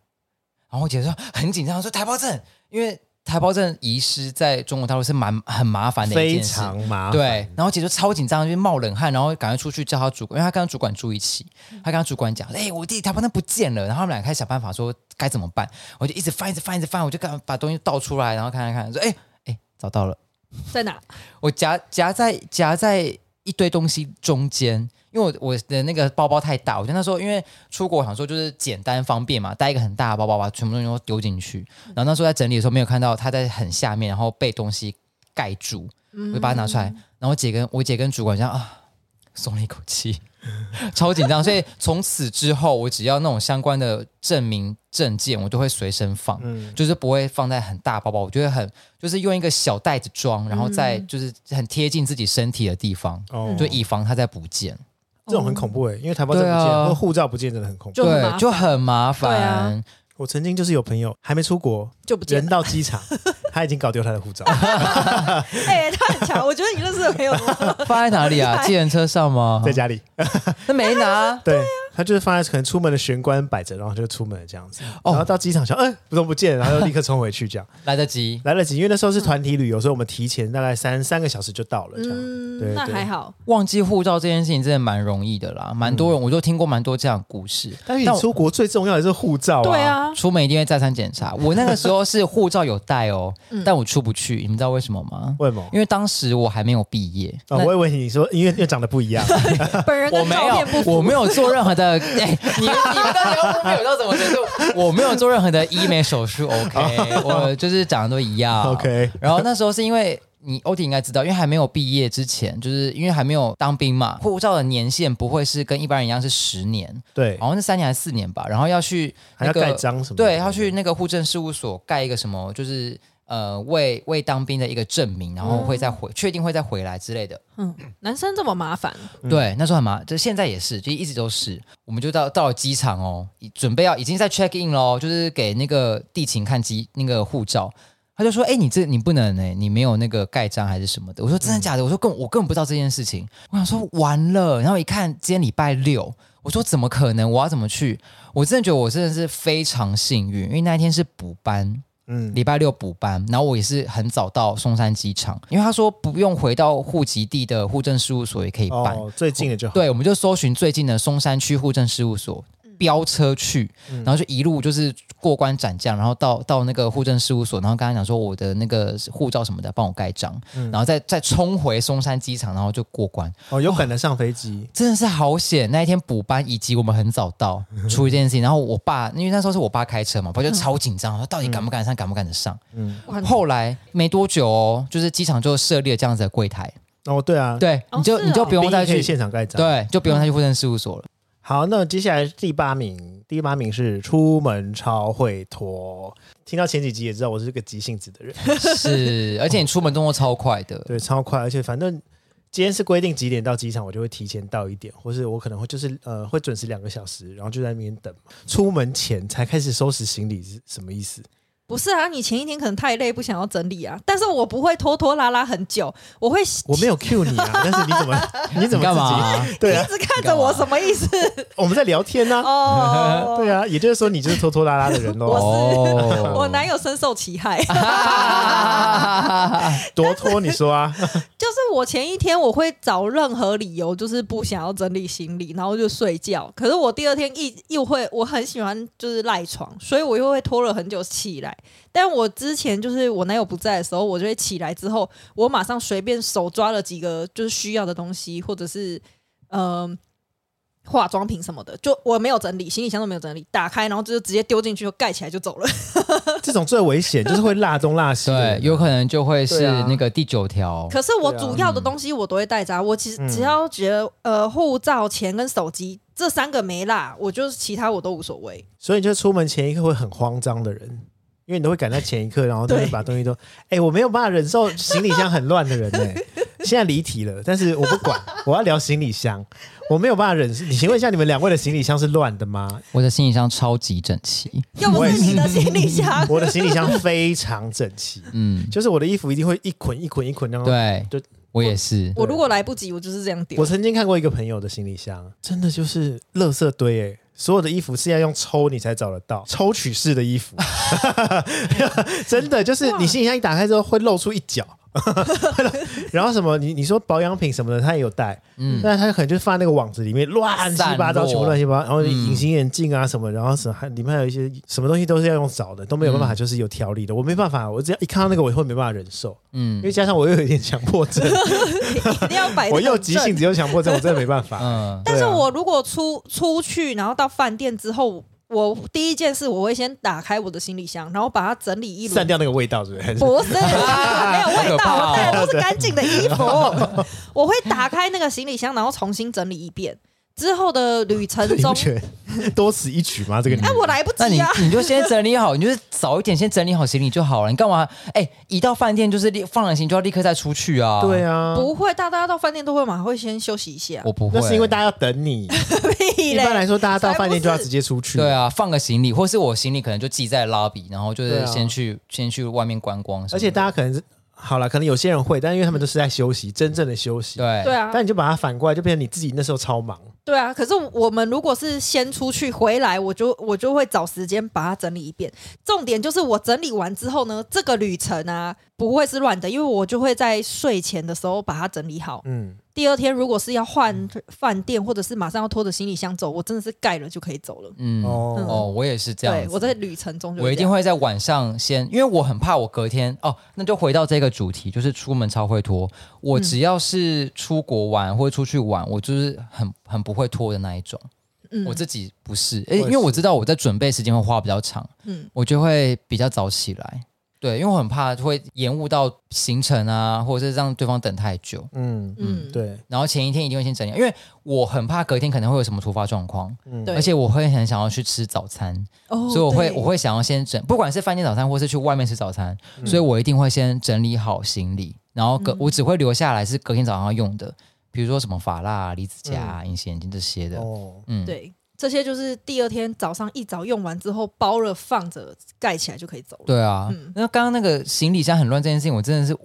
Speaker 2: 然后我姐说很紧张，说台胞证，因为台胞证遗失在中国大陆是蛮很麻烦啊的一
Speaker 3: 非
Speaker 2: 件事。
Speaker 3: 常麻烦。
Speaker 2: 对，然后姐就超紧张，就冒冷汗，然后赶快出去叫她主管，因为她跟她主管住一起，
Speaker 3: 嗯
Speaker 2: 她跟她主管讲，哎、我弟弟他帮他不见了，然后他们俩开始想办法说该怎么办，我就一直翻，一直翻，一直翻，我就赶把东西倒出来，然后看看看，说，哎、哎、找到了，
Speaker 1: 在哪？
Speaker 2: 我夹夹在夹在一堆东西中间。因为我我的那个包包太大，我就那时候因为出国想说就是简单方便嘛，带一个很大的包包把全部东西都丢进去。然后那时候在整理的时候没有看到它在很下面，然后被东西盖住，
Speaker 1: 嗯
Speaker 2: 我就把它拿出来，然后姐跟我姐跟主管讲啊，松了一口气， 超紧张。所以从此之后，我只要那种相关的证明证件，我都会随身放，
Speaker 3: 嗯
Speaker 2: 就是不会放在很大包包。我觉得很就是用一个小袋子装，然后在
Speaker 1: 嗯
Speaker 2: 就是很贴近自己身体的地方，
Speaker 3: 哦
Speaker 2: 就以防它再不见。
Speaker 3: 这种很恐怖哎、因为台胞证不见，
Speaker 2: 对啊
Speaker 3: 或护照不见真的很恐怖
Speaker 1: 就。很麻
Speaker 2: 对，
Speaker 1: 烦
Speaker 2: 就很麻
Speaker 1: 对啊
Speaker 2: 烦。
Speaker 3: 我曾经就是有朋友还没出国，
Speaker 1: 就不见
Speaker 3: 人
Speaker 1: 了。
Speaker 3: 到机场，他已经搞丢他的护照。
Speaker 1: 哎、他很强，我觉得你认识的朋友多，
Speaker 2: 放在哪 里啊？计程车上吗
Speaker 3: 在？家里，
Speaker 2: 那 没拿。
Speaker 3: 对他就是放在可能出门的玄关摆着，然后就出门了这样子。
Speaker 2: 哦
Speaker 3: 然后到机场想，哎、不怎么不见了，然后就立刻冲回去这样。
Speaker 2: 来得及，
Speaker 3: 来得及，因为那时候是团体旅游，所以我们提前大概三三个小时就到了这样。对
Speaker 1: 嗯，那
Speaker 3: 对
Speaker 1: 还好。
Speaker 2: 忘记护照这件事情真的蛮容易的啦，
Speaker 1: 嗯
Speaker 2: 蛮多人、我就听过蛮多这样的故事。
Speaker 3: 但是你
Speaker 2: 我
Speaker 3: 出国最重要的是护照啊。
Speaker 1: 对 啊，
Speaker 2: 出门一定会再三检查。我那个时候是护照有带 哦，但我出不去，你们知道为什么吗？
Speaker 3: 为什么？
Speaker 2: 因为当时我还没有毕业，
Speaker 3: 哦，我以为你说因为因为长得不一样，
Speaker 1: 本人
Speaker 2: 我
Speaker 1: 跟
Speaker 2: 没
Speaker 1: 照片不
Speaker 2: 有，我没有做任何 的，哎，你你们到底要说没有到什么程度？我没有做任何的医美手 术，OK，我就是长得都一 样
Speaker 3: OK
Speaker 2: 然后那时候是因为。你欧弟应该知道，因为还没有毕业之前，就是因为还没有当兵嘛，护照的年限不会是跟一般人一样是十年，
Speaker 3: 对，
Speaker 2: 好像是三年还是四年吧，然后要去、
Speaker 3: 还
Speaker 2: 哦那
Speaker 3: 要
Speaker 2: 个、
Speaker 3: 盖章什么的？
Speaker 2: 对，要去那个户政事务所盖一个什么，就是呃为为当兵的一个证明，然后会再回，确定会再回来之类的。
Speaker 1: 男生这么麻烦，
Speaker 2: 对，那时候很麻，就现在也是，就一直都是。我们就到到了机场哦，已准备要已经在 check in 喽，就是给那个地勤看机那个护照。他就说：“哎、你这你不能哎、你没有那个盖章还是什么的。”我说：“真的假的？”我说：“根我根本不知道这件事情。”我想说完了，然后一看今天礼拜六，我说怎么可能？我要怎么去？我真的觉得我真的是非常幸运，因为那一天是补班，
Speaker 3: 嗯，
Speaker 2: 礼拜六补班，然后我也是很早到松山机场，因为他说不用回到户籍地的户政事务所也可以办。
Speaker 3: 哦，最近的就好。
Speaker 2: 对，我们就搜寻最近的松山区户政事务所，飙车去，
Speaker 3: 嗯
Speaker 2: 然后就一路就是过关斩将，然后到到那个户政事务所，然后跟他讲说我的那个护照什么的，帮我盖章，
Speaker 3: 嗯
Speaker 2: 然后再再冲回松山机场，然后就过关，
Speaker 3: 哦，有赶得上飞机，
Speaker 2: 真的是好险！那一天补班以及我们很早 到，出一件事情，然后我爸因为那时候是我爸开车嘛，我爸就超紧张，说到底赶不赶得上，赶不赶得上。
Speaker 3: 嗯，
Speaker 1: 哇
Speaker 2: 后来没多久哦，就是机场就设立了这样子的柜台，
Speaker 3: 哦，对啊，
Speaker 2: 对，
Speaker 1: 哦
Speaker 2: 你就是你就不
Speaker 1: 哦
Speaker 2: 用再
Speaker 3: 兵役可以
Speaker 2: 去，
Speaker 3: 现场盖章。，
Speaker 2: 对，就不用再去户政事务所了。
Speaker 3: 好，那接下来是第八名，第八名是出门超会拖。听到前几集也知道我是个急性子的人，
Speaker 2: 是，而且你出门动作超快的，
Speaker 3: 对，超快，而且反正今天是规定几点到机场，我就会提前到一点，或是我可能会就是呃会准时两个小时，然后就在那边等嘛。出门前才开始收拾行李是什么意思？
Speaker 1: 不是啊，你前一天可能太累，不想要整理啊。但是我不会拖拖拉拉很久，我会
Speaker 3: 我没有 cue 你啊，但是你怎么 你怎
Speaker 2: 你
Speaker 3: 么
Speaker 2: 干
Speaker 3: 自己？
Speaker 2: 嘛？
Speaker 3: 对啊，
Speaker 1: 只看着我什么意 思？
Speaker 3: 我们在聊天呢、
Speaker 1: 哦，
Speaker 3: 对啊，也就是说你就是拖拖拉拉的人
Speaker 1: 我
Speaker 3: 喽，
Speaker 2: 哦，
Speaker 1: 我男友深受其害。
Speaker 3: 多拖你说啊，
Speaker 1: 就是我前一天我会找任何理由，就是不想要整理行李，然后就睡觉。可是我第二天一又会，我很喜欢就是赖床，所以我又会拖了很久起来。但我之前就是我男友不在的时候，我就会起来之后，我马上随便手抓了几个就是需要的东西，或者是嗯、呃化妆品什么的，就我没有整理，行李箱都没有整理，打开然后就直接丢进去，就盖起来就走了。
Speaker 3: 这种最 危险，就是会落东落西的人啊。
Speaker 2: 对，有可能就会
Speaker 3: 对
Speaker 2: 是
Speaker 3: 啊
Speaker 2: 那个第九条。
Speaker 1: 可是我
Speaker 3: 对啊
Speaker 1: 主要的东西我都会带着、啊，我其实
Speaker 3: 嗯
Speaker 1: 只要觉得、呃护照、钱跟手机这三个没落，我就是其他我都无所 谓。
Speaker 3: 所以你就出门前一刻会很慌张的人，因为你都会赶在前一刻，然后都
Speaker 1: 对
Speaker 3: 会把东西都……哎、我没有办法忍受行李箱很乱的人呢、欸 现在离题了，但是我不管， 我要聊行李箱，我没有办法忍受。你请问一下，你们两位的行李箱是乱的吗？
Speaker 2: 我的行李箱超级整齐，
Speaker 1: 要不
Speaker 3: 我也
Speaker 1: 是
Speaker 3: 是
Speaker 1: 你的行李箱，
Speaker 3: 我的行李箱非常整齐，
Speaker 2: 嗯，
Speaker 3: 就是我的衣服一定会一捆一捆一捆那种。
Speaker 2: 对
Speaker 3: 就，
Speaker 2: 我也是，
Speaker 1: 我如果来不及，我就是这样丢
Speaker 3: 我。曾经看过一个朋友的行李箱，真的就是垃圾堆哎、所有的衣服是要用抽你才找得到，抽取式的衣服， 真的就是你行李箱一打开之后会露出一 角，然后什么你你说保养品什么的他也有带，
Speaker 2: 嗯，
Speaker 3: 但是他可能就放在那个网子里面乱七八
Speaker 2: 散
Speaker 3: 糟，
Speaker 2: 落
Speaker 3: 全部乱七八糟，然后
Speaker 2: 嗯
Speaker 3: 隐形眼镜啊什么，然后什么还里面还有一些什么东西都是要用找的，都没有
Speaker 2: 嗯
Speaker 3: 办法，就是有条理的，我没办法，我只要一看到那个我会没办法忍受，因
Speaker 2: 嗯哎
Speaker 3: 为加上我又有一点强迫症，
Speaker 1: 一定要摆。
Speaker 3: 我又急性。子又啊强迫症，我真的没办 法。
Speaker 2: 嗯，
Speaker 1: 但是
Speaker 3: 对啊
Speaker 1: 我如果出出去，然后到饭店之后，我第一件事我会先打开我的行李箱，然后把它整理一轮
Speaker 3: 散。掉那个味道，是不是？
Speaker 1: 不是，没有味
Speaker 2: 好可怕
Speaker 1: 道，
Speaker 2: 哦
Speaker 1: 我带的都是干净的衣服。哦我会打开那个行李箱，然后重新整理一遍。之后的旅程
Speaker 3: 你
Speaker 1: 中
Speaker 3: 不，觉得多此一举吗？这个女
Speaker 1: 哎、
Speaker 3: 人
Speaker 1: 我来不
Speaker 2: 嗯那
Speaker 1: 及
Speaker 2: 你
Speaker 1: 啊！
Speaker 2: 你就先整理好，你就是早一点先整理好行李就好了。你干嘛？哎，一到饭店就是立放了行就要立刻再出去啊。
Speaker 3: 对，啊，
Speaker 1: 不会，大家到饭店都会嘛，会先休息一下。
Speaker 2: 我不会，
Speaker 3: 那是因为大家要等你。
Speaker 1: 屁
Speaker 3: 一
Speaker 1: 嘞
Speaker 3: 般来说，大家到饭店就要
Speaker 1: 才不是
Speaker 3: 直接出去。
Speaker 2: 对，啊，放个行李，或是我行李可能就寄在 lobby，然后就
Speaker 3: 对
Speaker 2: 是
Speaker 3: 啊
Speaker 2: 先去、先去外面观光什么的，
Speaker 3: 而且大家可能是好了，可能有些人会，但因为他们都是在休息，真正的休息。，
Speaker 2: 对
Speaker 1: 对啊，
Speaker 3: 但你就把它反过来，就变成你自己那时候超忙。
Speaker 1: 对啊。可是我们如果是先出去回来，我就我就会找时间把它整理一遍。重点就是我整理完之后呢，这个旅程啊不会是乱的，因为我就会在睡前的时候把它整理好。
Speaker 3: 嗯，
Speaker 1: 第二天如果是要换饭店，或者是马上要拖着行李箱走，我真的是盖了就可以走了。
Speaker 2: 嗯哦
Speaker 3: 哦，
Speaker 2: 我也是这样
Speaker 1: 对
Speaker 2: 子，
Speaker 1: 我在旅程中就
Speaker 2: 我
Speaker 1: 是
Speaker 2: 一
Speaker 1: 这
Speaker 2: 定
Speaker 1: 样
Speaker 2: 会在晚上先，因为我很怕我隔天哦，那就回到这个主题，就是出门超会拖。
Speaker 1: 嗯
Speaker 2: 我只要是出国玩或者出去玩，我就是很很不会拖的那一种。
Speaker 1: 嗯
Speaker 2: 我自己不是，
Speaker 3: 我
Speaker 2: 诶
Speaker 3: 也是
Speaker 2: 因为我知道我在准备时间会花比较长，
Speaker 1: 嗯
Speaker 2: 我就会比较早起来。对，因为我很怕会延误到行程啊，或者是让对方等太久。
Speaker 3: 嗯
Speaker 1: 嗯
Speaker 3: 嗯，对，
Speaker 2: 然后前一天一定会先整理，因为我很怕隔天可能会有什么突发状况，
Speaker 3: 嗯
Speaker 1: 对
Speaker 2: 而且我会很想要去吃早餐。
Speaker 1: 哦
Speaker 2: 所以我会
Speaker 1: 对
Speaker 2: 我会想要先整，不管是饭店早餐或是去外面吃早餐，
Speaker 3: 嗯
Speaker 2: 嗯所以我一定会先整理好行李，然后隔、我只会留下来是隔天早上要用的，比如说什么法蜡、啊、离子夹、啊、隐形眼镜这些的。
Speaker 3: 哦，
Speaker 2: 嗯，，
Speaker 1: 对，这些就是第二天早上一早用完之后包了放着盖起来就可以走了。
Speaker 2: 对啊。
Speaker 1: 嗯
Speaker 2: 那刚刚那个行李箱很乱这件事情，我真的是。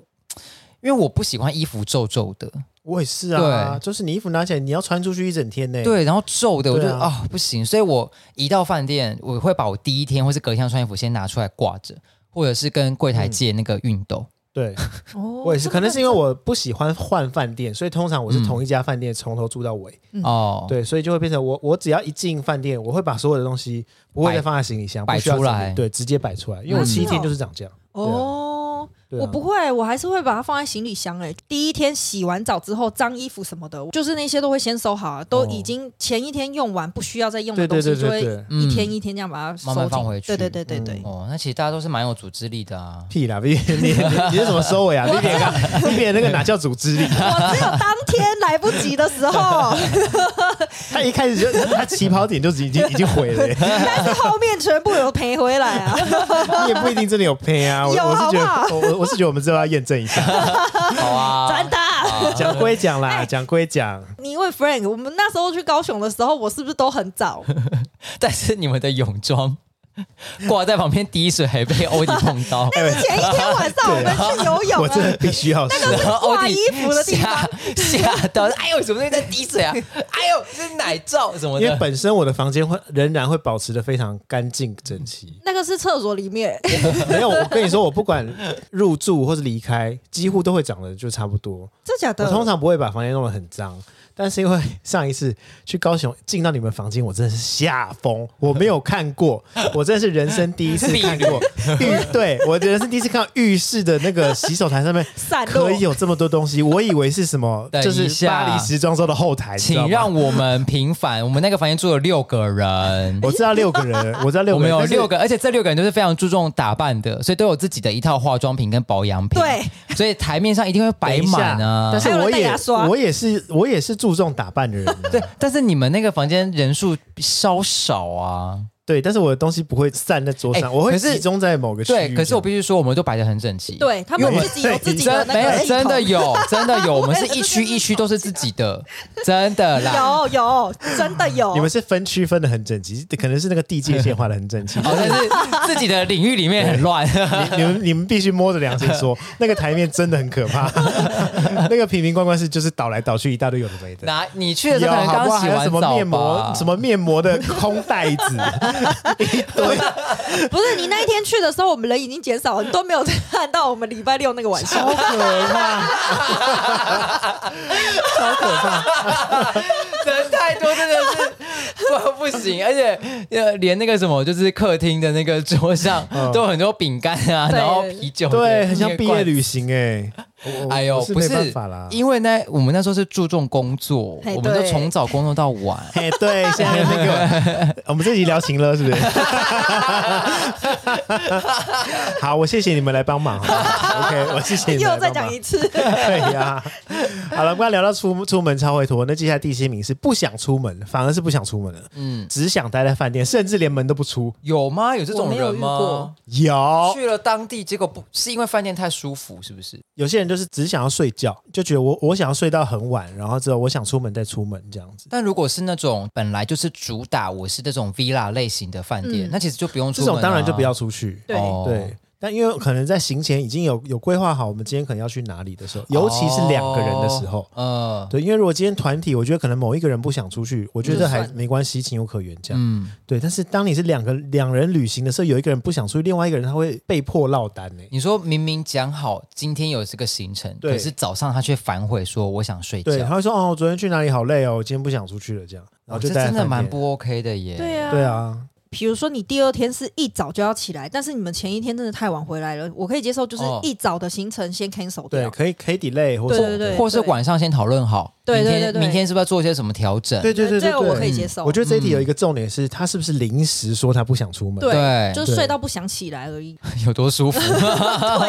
Speaker 2: 因为我不喜欢衣服皱皱的，
Speaker 3: 我也是啊，
Speaker 2: 对
Speaker 3: 就是你衣服拿起来，你要穿出去一整天呢。，
Speaker 2: 对，然后皱的，我就
Speaker 3: 对
Speaker 2: 啊、
Speaker 3: 啊
Speaker 2: 不行，所以我一到饭店，我会把我第一天或是隔天要穿衣服先拿出来挂着，或者是跟柜台
Speaker 3: 嗯
Speaker 2: 借那个熨斗。
Speaker 3: 对
Speaker 1: 哦
Speaker 3: 我也是，可能是因
Speaker 1: 为
Speaker 3: 为我不喜欢换饭店，所以通常我是同一家饭店从头住到尾。
Speaker 1: 嗯
Speaker 2: 哦，
Speaker 3: 对，所以就会变成我，我只要一进饭店，我会把所有的东西不会再放在行李箱，
Speaker 2: 摆
Speaker 3: 不需要
Speaker 2: 出来
Speaker 3: 整理对，直接摆出来，因为
Speaker 2: 嗯
Speaker 3: 我七天就是长这样。
Speaker 1: 哦，
Speaker 3: 对啊
Speaker 1: 我不会，我还是会把它放在行李箱、欸。哎，第一天洗完澡之后，脏衣服什么的，就是那些都会先收好啊，都
Speaker 3: 哦
Speaker 1: 已经前一天用完，不需要再用的
Speaker 3: 对
Speaker 1: 东
Speaker 3: 对
Speaker 1: 西
Speaker 3: 对
Speaker 1: 就
Speaker 3: 对
Speaker 1: 会
Speaker 3: 对，
Speaker 1: 一天一天这样把它收
Speaker 2: 慢慢放
Speaker 1: 进
Speaker 2: 回去
Speaker 1: 对对对对对，
Speaker 3: 嗯
Speaker 2: 哦，那其实大家都是蛮有组织力的啊。
Speaker 3: 屁啦！你你你你是怎么收 尾啊？你脸刚，你脸那个哪叫组织力？
Speaker 1: 我只有当天来不及的时 候，
Speaker 3: 他一开始就他起跑点就已经已经毁 了耶，
Speaker 1: 但是后面全部有赔回来 啊。
Speaker 3: 你也不一定真的有配啊。我
Speaker 1: 有
Speaker 3: 我是觉
Speaker 1: 好
Speaker 3: 得，我我我是觉得我们之后要验证一下。
Speaker 2: 好 啊，
Speaker 1: 真的，
Speaker 2: 好
Speaker 3: 讲归讲
Speaker 1: 哎
Speaker 3: 啦，讲归讲，
Speaker 1: 你问 Frank，我们那时候去高雄的时候，我是不是都很早？
Speaker 2: 但是你们的泳装 挂在旁边，滴水还被欧弟碰到，
Speaker 1: 前一天晚上我们去游泳
Speaker 3: 我真
Speaker 1: 啊
Speaker 3: 的，必须要 说。
Speaker 1: 那个是
Speaker 2: 欧
Speaker 1: 挂
Speaker 2: 弟
Speaker 1: 衣服的地方
Speaker 2: 吓。吓到，哎呦，什么东西在滴水
Speaker 1: ，
Speaker 2: 啊？哎呦，这是奶罩什么
Speaker 3: 因为
Speaker 2: 的。
Speaker 3: 本身我的房间会仍然会保持的非常干净整齐
Speaker 1: 那个是厕所里面，
Speaker 3: 没有。我跟你说，我不管入住或是离开，几乎都会长得就差不多。
Speaker 1: 真假
Speaker 3: 我
Speaker 1: 的？
Speaker 3: 通常不会把房间弄得很脏，但是因为上一次去高雄进到你们房间，我真的是吓疯，我没有 看过，我真的是人生第一次看过浴， 对我人生第一次看到浴室的那个洗手台上面
Speaker 1: 散落
Speaker 3: 可以有这么多东西，我以为是什么，
Speaker 2: 等一
Speaker 3: 就是
Speaker 2: 下
Speaker 3: 巴黎时装周的后台，你知道
Speaker 2: 请
Speaker 3: 吗
Speaker 2: 让我们平反，我们那个房间住了六个人。
Speaker 3: 我知道六 个人，我知 道六
Speaker 2: 我
Speaker 3: 个
Speaker 2: 们
Speaker 3: 人，
Speaker 2: 有
Speaker 3: 但是
Speaker 2: 六个，而且这六个人都是非常注重打扮的，所以都有自己的一套化妆品跟保养品。
Speaker 1: 对，
Speaker 2: 所以台面上一定会摆满啊。
Speaker 3: 但是
Speaker 1: 还有
Speaker 3: 我
Speaker 1: 人戴
Speaker 3: 也
Speaker 1: 牙刷
Speaker 3: 我也是我也是注重打扮的人啊、
Speaker 2: 对，但是你们那个房间人数稍少啊。
Speaker 3: 对，但是我的东西不会散在桌上，
Speaker 2: 哎
Speaker 3: 我会
Speaker 2: 可是
Speaker 3: 集中在某个区域这
Speaker 2: 对，
Speaker 3: 样。
Speaker 2: 可是我必须说，我们都摆的很整齐。
Speaker 1: 对他
Speaker 2: 因
Speaker 1: 们
Speaker 2: 为我们
Speaker 1: 自己有自己的那
Speaker 2: 真没
Speaker 1: 个
Speaker 2: 有真的
Speaker 1: 系
Speaker 2: 有真的有，我们是一区一区都是自己的，真的
Speaker 1: 统
Speaker 2: 啦。。
Speaker 1: 有有真的有。
Speaker 3: 你们是分区分的很整齐，可能是那个地界线画的很整齐
Speaker 2: 好像哦是自己的领域里面很乱，
Speaker 3: 你你们你们必须摸着良心说，那个台面真的很可怕， 那个瓶瓶罐罐是就是倒来倒去一大堆有的没的。
Speaker 2: 那你去的时
Speaker 3: 有
Speaker 2: 候可能
Speaker 3: 好不
Speaker 2: 刚
Speaker 3: 好？
Speaker 2: 洗
Speaker 3: 还有
Speaker 2: 完
Speaker 3: 什么
Speaker 2: 澡
Speaker 3: 面膜
Speaker 2: 吧？、
Speaker 3: 什么面膜的空 袋子，一堆。
Speaker 1: 不是你那一天去的时候，我们人已经减少了，你都没有看到我们礼拜六那个晚上。
Speaker 3: 超可怕！超可怕！
Speaker 2: 人太多，真的是不不行，而且呃，连那个什么，就是客厅的那个桌上
Speaker 3: 嗯
Speaker 2: 都有很多饼干啊，
Speaker 1: 对
Speaker 2: 然后啤酒，
Speaker 3: 对，很像毕业
Speaker 2: 旅。
Speaker 3: 旅行哎、我我
Speaker 2: 哎呦，
Speaker 3: 我是
Speaker 2: 不
Speaker 3: 没
Speaker 2: 是
Speaker 3: 办法啦，
Speaker 2: 因为呢，我们那时候是注重工作，
Speaker 1: 嘿
Speaker 2: 我们就
Speaker 1: 对
Speaker 2: 从早工作到晚。
Speaker 3: 哎，对，现在那个 我们这集聊情了，是不是？好，我谢谢你们来帮忙。好吗 OK，我谢谢你们
Speaker 1: 又
Speaker 3: 来
Speaker 1: 再
Speaker 3: 帮
Speaker 1: 讲一
Speaker 3: 忙。
Speaker 1: 次，
Speaker 3: 对呀，好了，我们刚才聊到出出门超会拖，那接下来第七名是不想出门，反而是不想出门了，
Speaker 2: 嗯，
Speaker 3: 只想待在饭店，甚至连门都不出。
Speaker 2: 有吗？有这
Speaker 1: 我
Speaker 2: 种
Speaker 1: 没有
Speaker 2: 人
Speaker 1: 遇过
Speaker 2: 吗？
Speaker 1: 哦
Speaker 3: 有
Speaker 2: 去了当地，结果不是因为饭店太舒服，是不是？
Speaker 3: 有些人就是只想要睡觉，就觉得我我想要睡到很晚，然后之后我想出门再出门这样子。
Speaker 2: 但如果是那种本来就是主打我是这种 villa 类型的饭店，
Speaker 1: 嗯
Speaker 2: 那其实就不用出
Speaker 3: 这
Speaker 2: 门、啊。
Speaker 3: 种当然就不要出去。
Speaker 1: 对
Speaker 2: 哦
Speaker 3: 对，但因为可能在行前已经有有规划好，我们今天可能要去哪里的时候，尤其是两个人的时候，
Speaker 1: 嗯
Speaker 2: 哦呃，
Speaker 3: 对，因为如果今天团体，我觉得可能某一个人不想出去，我觉得还
Speaker 1: 就算
Speaker 3: 没关系，情有可原这样。
Speaker 2: 嗯，
Speaker 3: 对，但是当你是两个两人旅行的时候，有一个人不想出去，另外一个人他会被迫落单欸呢、
Speaker 2: 你说明明讲好今天有这个行程，
Speaker 3: 对
Speaker 2: 可是早上他却反悔说我想睡觉，
Speaker 3: 对，他会说：“哦，我昨天去哪里好累哦，我今天不想出去了。”这样，然
Speaker 2: 哦
Speaker 3: 后
Speaker 2: 这
Speaker 3: 就待在
Speaker 2: 真的
Speaker 3: 饭
Speaker 2: 蛮
Speaker 3: 店
Speaker 2: 不 OK 的耶。
Speaker 1: 对啊，
Speaker 3: 对。啊，
Speaker 1: 比如说你第二天是一早就要起来，但是你们前一天真的太晚回来了，我可以接受，就是
Speaker 2: 哦
Speaker 1: 一早的行程先 cancel
Speaker 3: 对，
Speaker 1: 掉。
Speaker 3: 可以可以 delay 或
Speaker 1: 对
Speaker 3: 什么的
Speaker 1: 对对
Speaker 2: 或是晚上先讨论好，
Speaker 1: 对对
Speaker 2: 明
Speaker 1: 对对
Speaker 2: 天明天是不是要做一些什么调整？
Speaker 3: 对对对对
Speaker 1: 这个我可
Speaker 3: 对。
Speaker 1: 以接受嗯
Speaker 3: 我。觉得这一题有一个重点是，他是不是临时说他不想出门？
Speaker 1: 对
Speaker 2: 对
Speaker 1: 就是睡到不想起来而已，
Speaker 2: 有多舒服？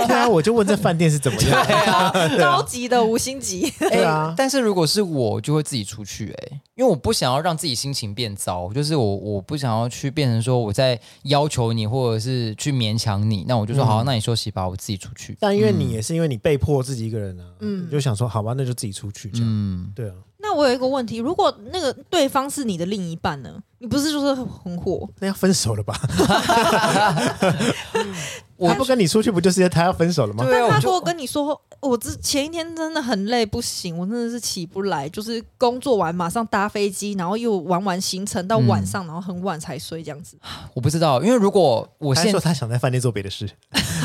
Speaker 3: 对啊，我就问这饭店是怎么样？
Speaker 1: 啊高级的五星级，
Speaker 3: 对啊
Speaker 2: 哎但是如果是我，就会自己出去哎、因为我不想要让自己心情变糟，就是我我不想要去变成说我在要求你，或者是去勉强你，那我就说、好，那你休息吧，我自己出去。
Speaker 3: 但因为
Speaker 2: 嗯
Speaker 3: 你也是因为你被迫自己一个人啊，
Speaker 1: 嗯
Speaker 3: 你就想说好吧，那就自己出去这样。
Speaker 2: 嗯，
Speaker 3: 对啊，
Speaker 1: 那我有一个问题，如果那个对方是你的另一半呢？你不是就是很火？
Speaker 3: 那要分手了吧？
Speaker 2: 我
Speaker 3: 他不跟你出去，不就是因为他要分手了吗？
Speaker 2: 对啊，
Speaker 1: 但
Speaker 2: 我
Speaker 1: 他如
Speaker 2: 就
Speaker 1: 果跟你说，哦我之前一天真的很累，不行，我真的是起不来，就是工作完马上搭飞机，然后又玩完行程到
Speaker 2: 嗯
Speaker 1: 晚上，然后很晚才睡这样子。
Speaker 2: 我不知道，因为如果我
Speaker 3: 我
Speaker 2: 现
Speaker 3: 说他想在饭店做别 的事，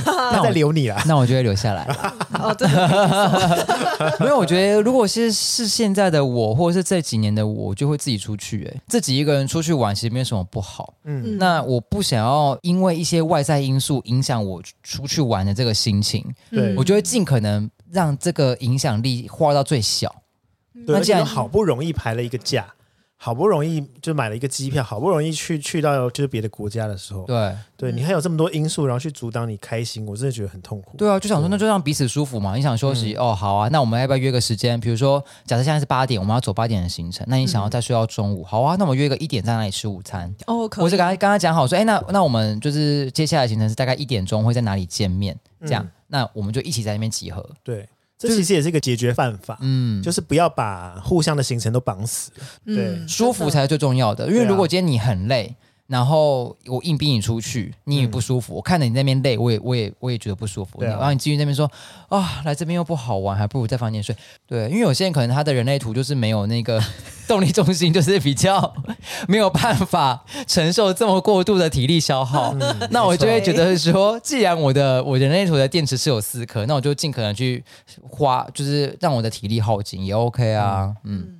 Speaker 2: 那
Speaker 3: 他
Speaker 2: 我
Speaker 3: 在留你啦。
Speaker 2: 那我就会留下来 了。
Speaker 1: 哦，真的，
Speaker 2: 没有，我觉得如果是是现在的我，或者是这几年的我，我就会自己出去、欸，自己一个人出去玩其实没有什么不好。
Speaker 3: 嗯
Speaker 1: 嗯
Speaker 2: 那我不想要因为一些外在因素影响我出去玩的这个心情，
Speaker 1: 嗯
Speaker 3: 对
Speaker 2: 我就会尽可能让这个影响力化到最小。
Speaker 3: 对，
Speaker 2: 那
Speaker 3: 而
Speaker 2: 既
Speaker 3: 且
Speaker 2: 然
Speaker 3: 又好不容易排了一个假，好不容易就买了一个机票，好不容易去去到就是别的国家的时
Speaker 1: 哦
Speaker 3: 候，
Speaker 2: 对
Speaker 3: 对你还有这么多因素，然后去阻挡你开心，我真的觉得很痛苦。
Speaker 2: 对啊，就想
Speaker 1: 哦
Speaker 2: 说那就让彼此舒服嘛。你想休
Speaker 1: 嗯
Speaker 2: 息、哦，好啊，那我们要不要约个时间？比如说，假设现在是八点，我们要走八点的行程，那你想要再睡到中午，好啊，那我们约个一点在哪里吃午餐？
Speaker 1: 哦，可以
Speaker 2: 我是跟他跟他讲好说，哎、那那我们就是接下来的行程是大概一点钟会在哪里见面，这样，
Speaker 3: 嗯
Speaker 2: 那我们就一起在那边集合。
Speaker 3: 对，这其实也是一个解决办法，
Speaker 2: 嗯，
Speaker 3: 就是不要把互相的行程都绑死。
Speaker 1: 嗯
Speaker 3: 对
Speaker 2: 舒服才是最重要的。因为
Speaker 3: 对啊
Speaker 2: 如果今天你很累，然后我硬逼你出去，你也不舒服，我看着你那边累，我也我也我也觉得不舒服。
Speaker 3: 对啊
Speaker 2: 然后你继续那边说啊、来这边又不好玩，还不如在房间睡。对，因为有些人可能他的人类图就是没有那个 动力中心，就是比较没有办法承受这么过度的体力消耗。
Speaker 3: 嗯
Speaker 2: 那我就会觉得说，既然我的我人类图的电池是有四颗，那我就尽可能去花，就是让我的体力耗尽也 OK 啊。嗯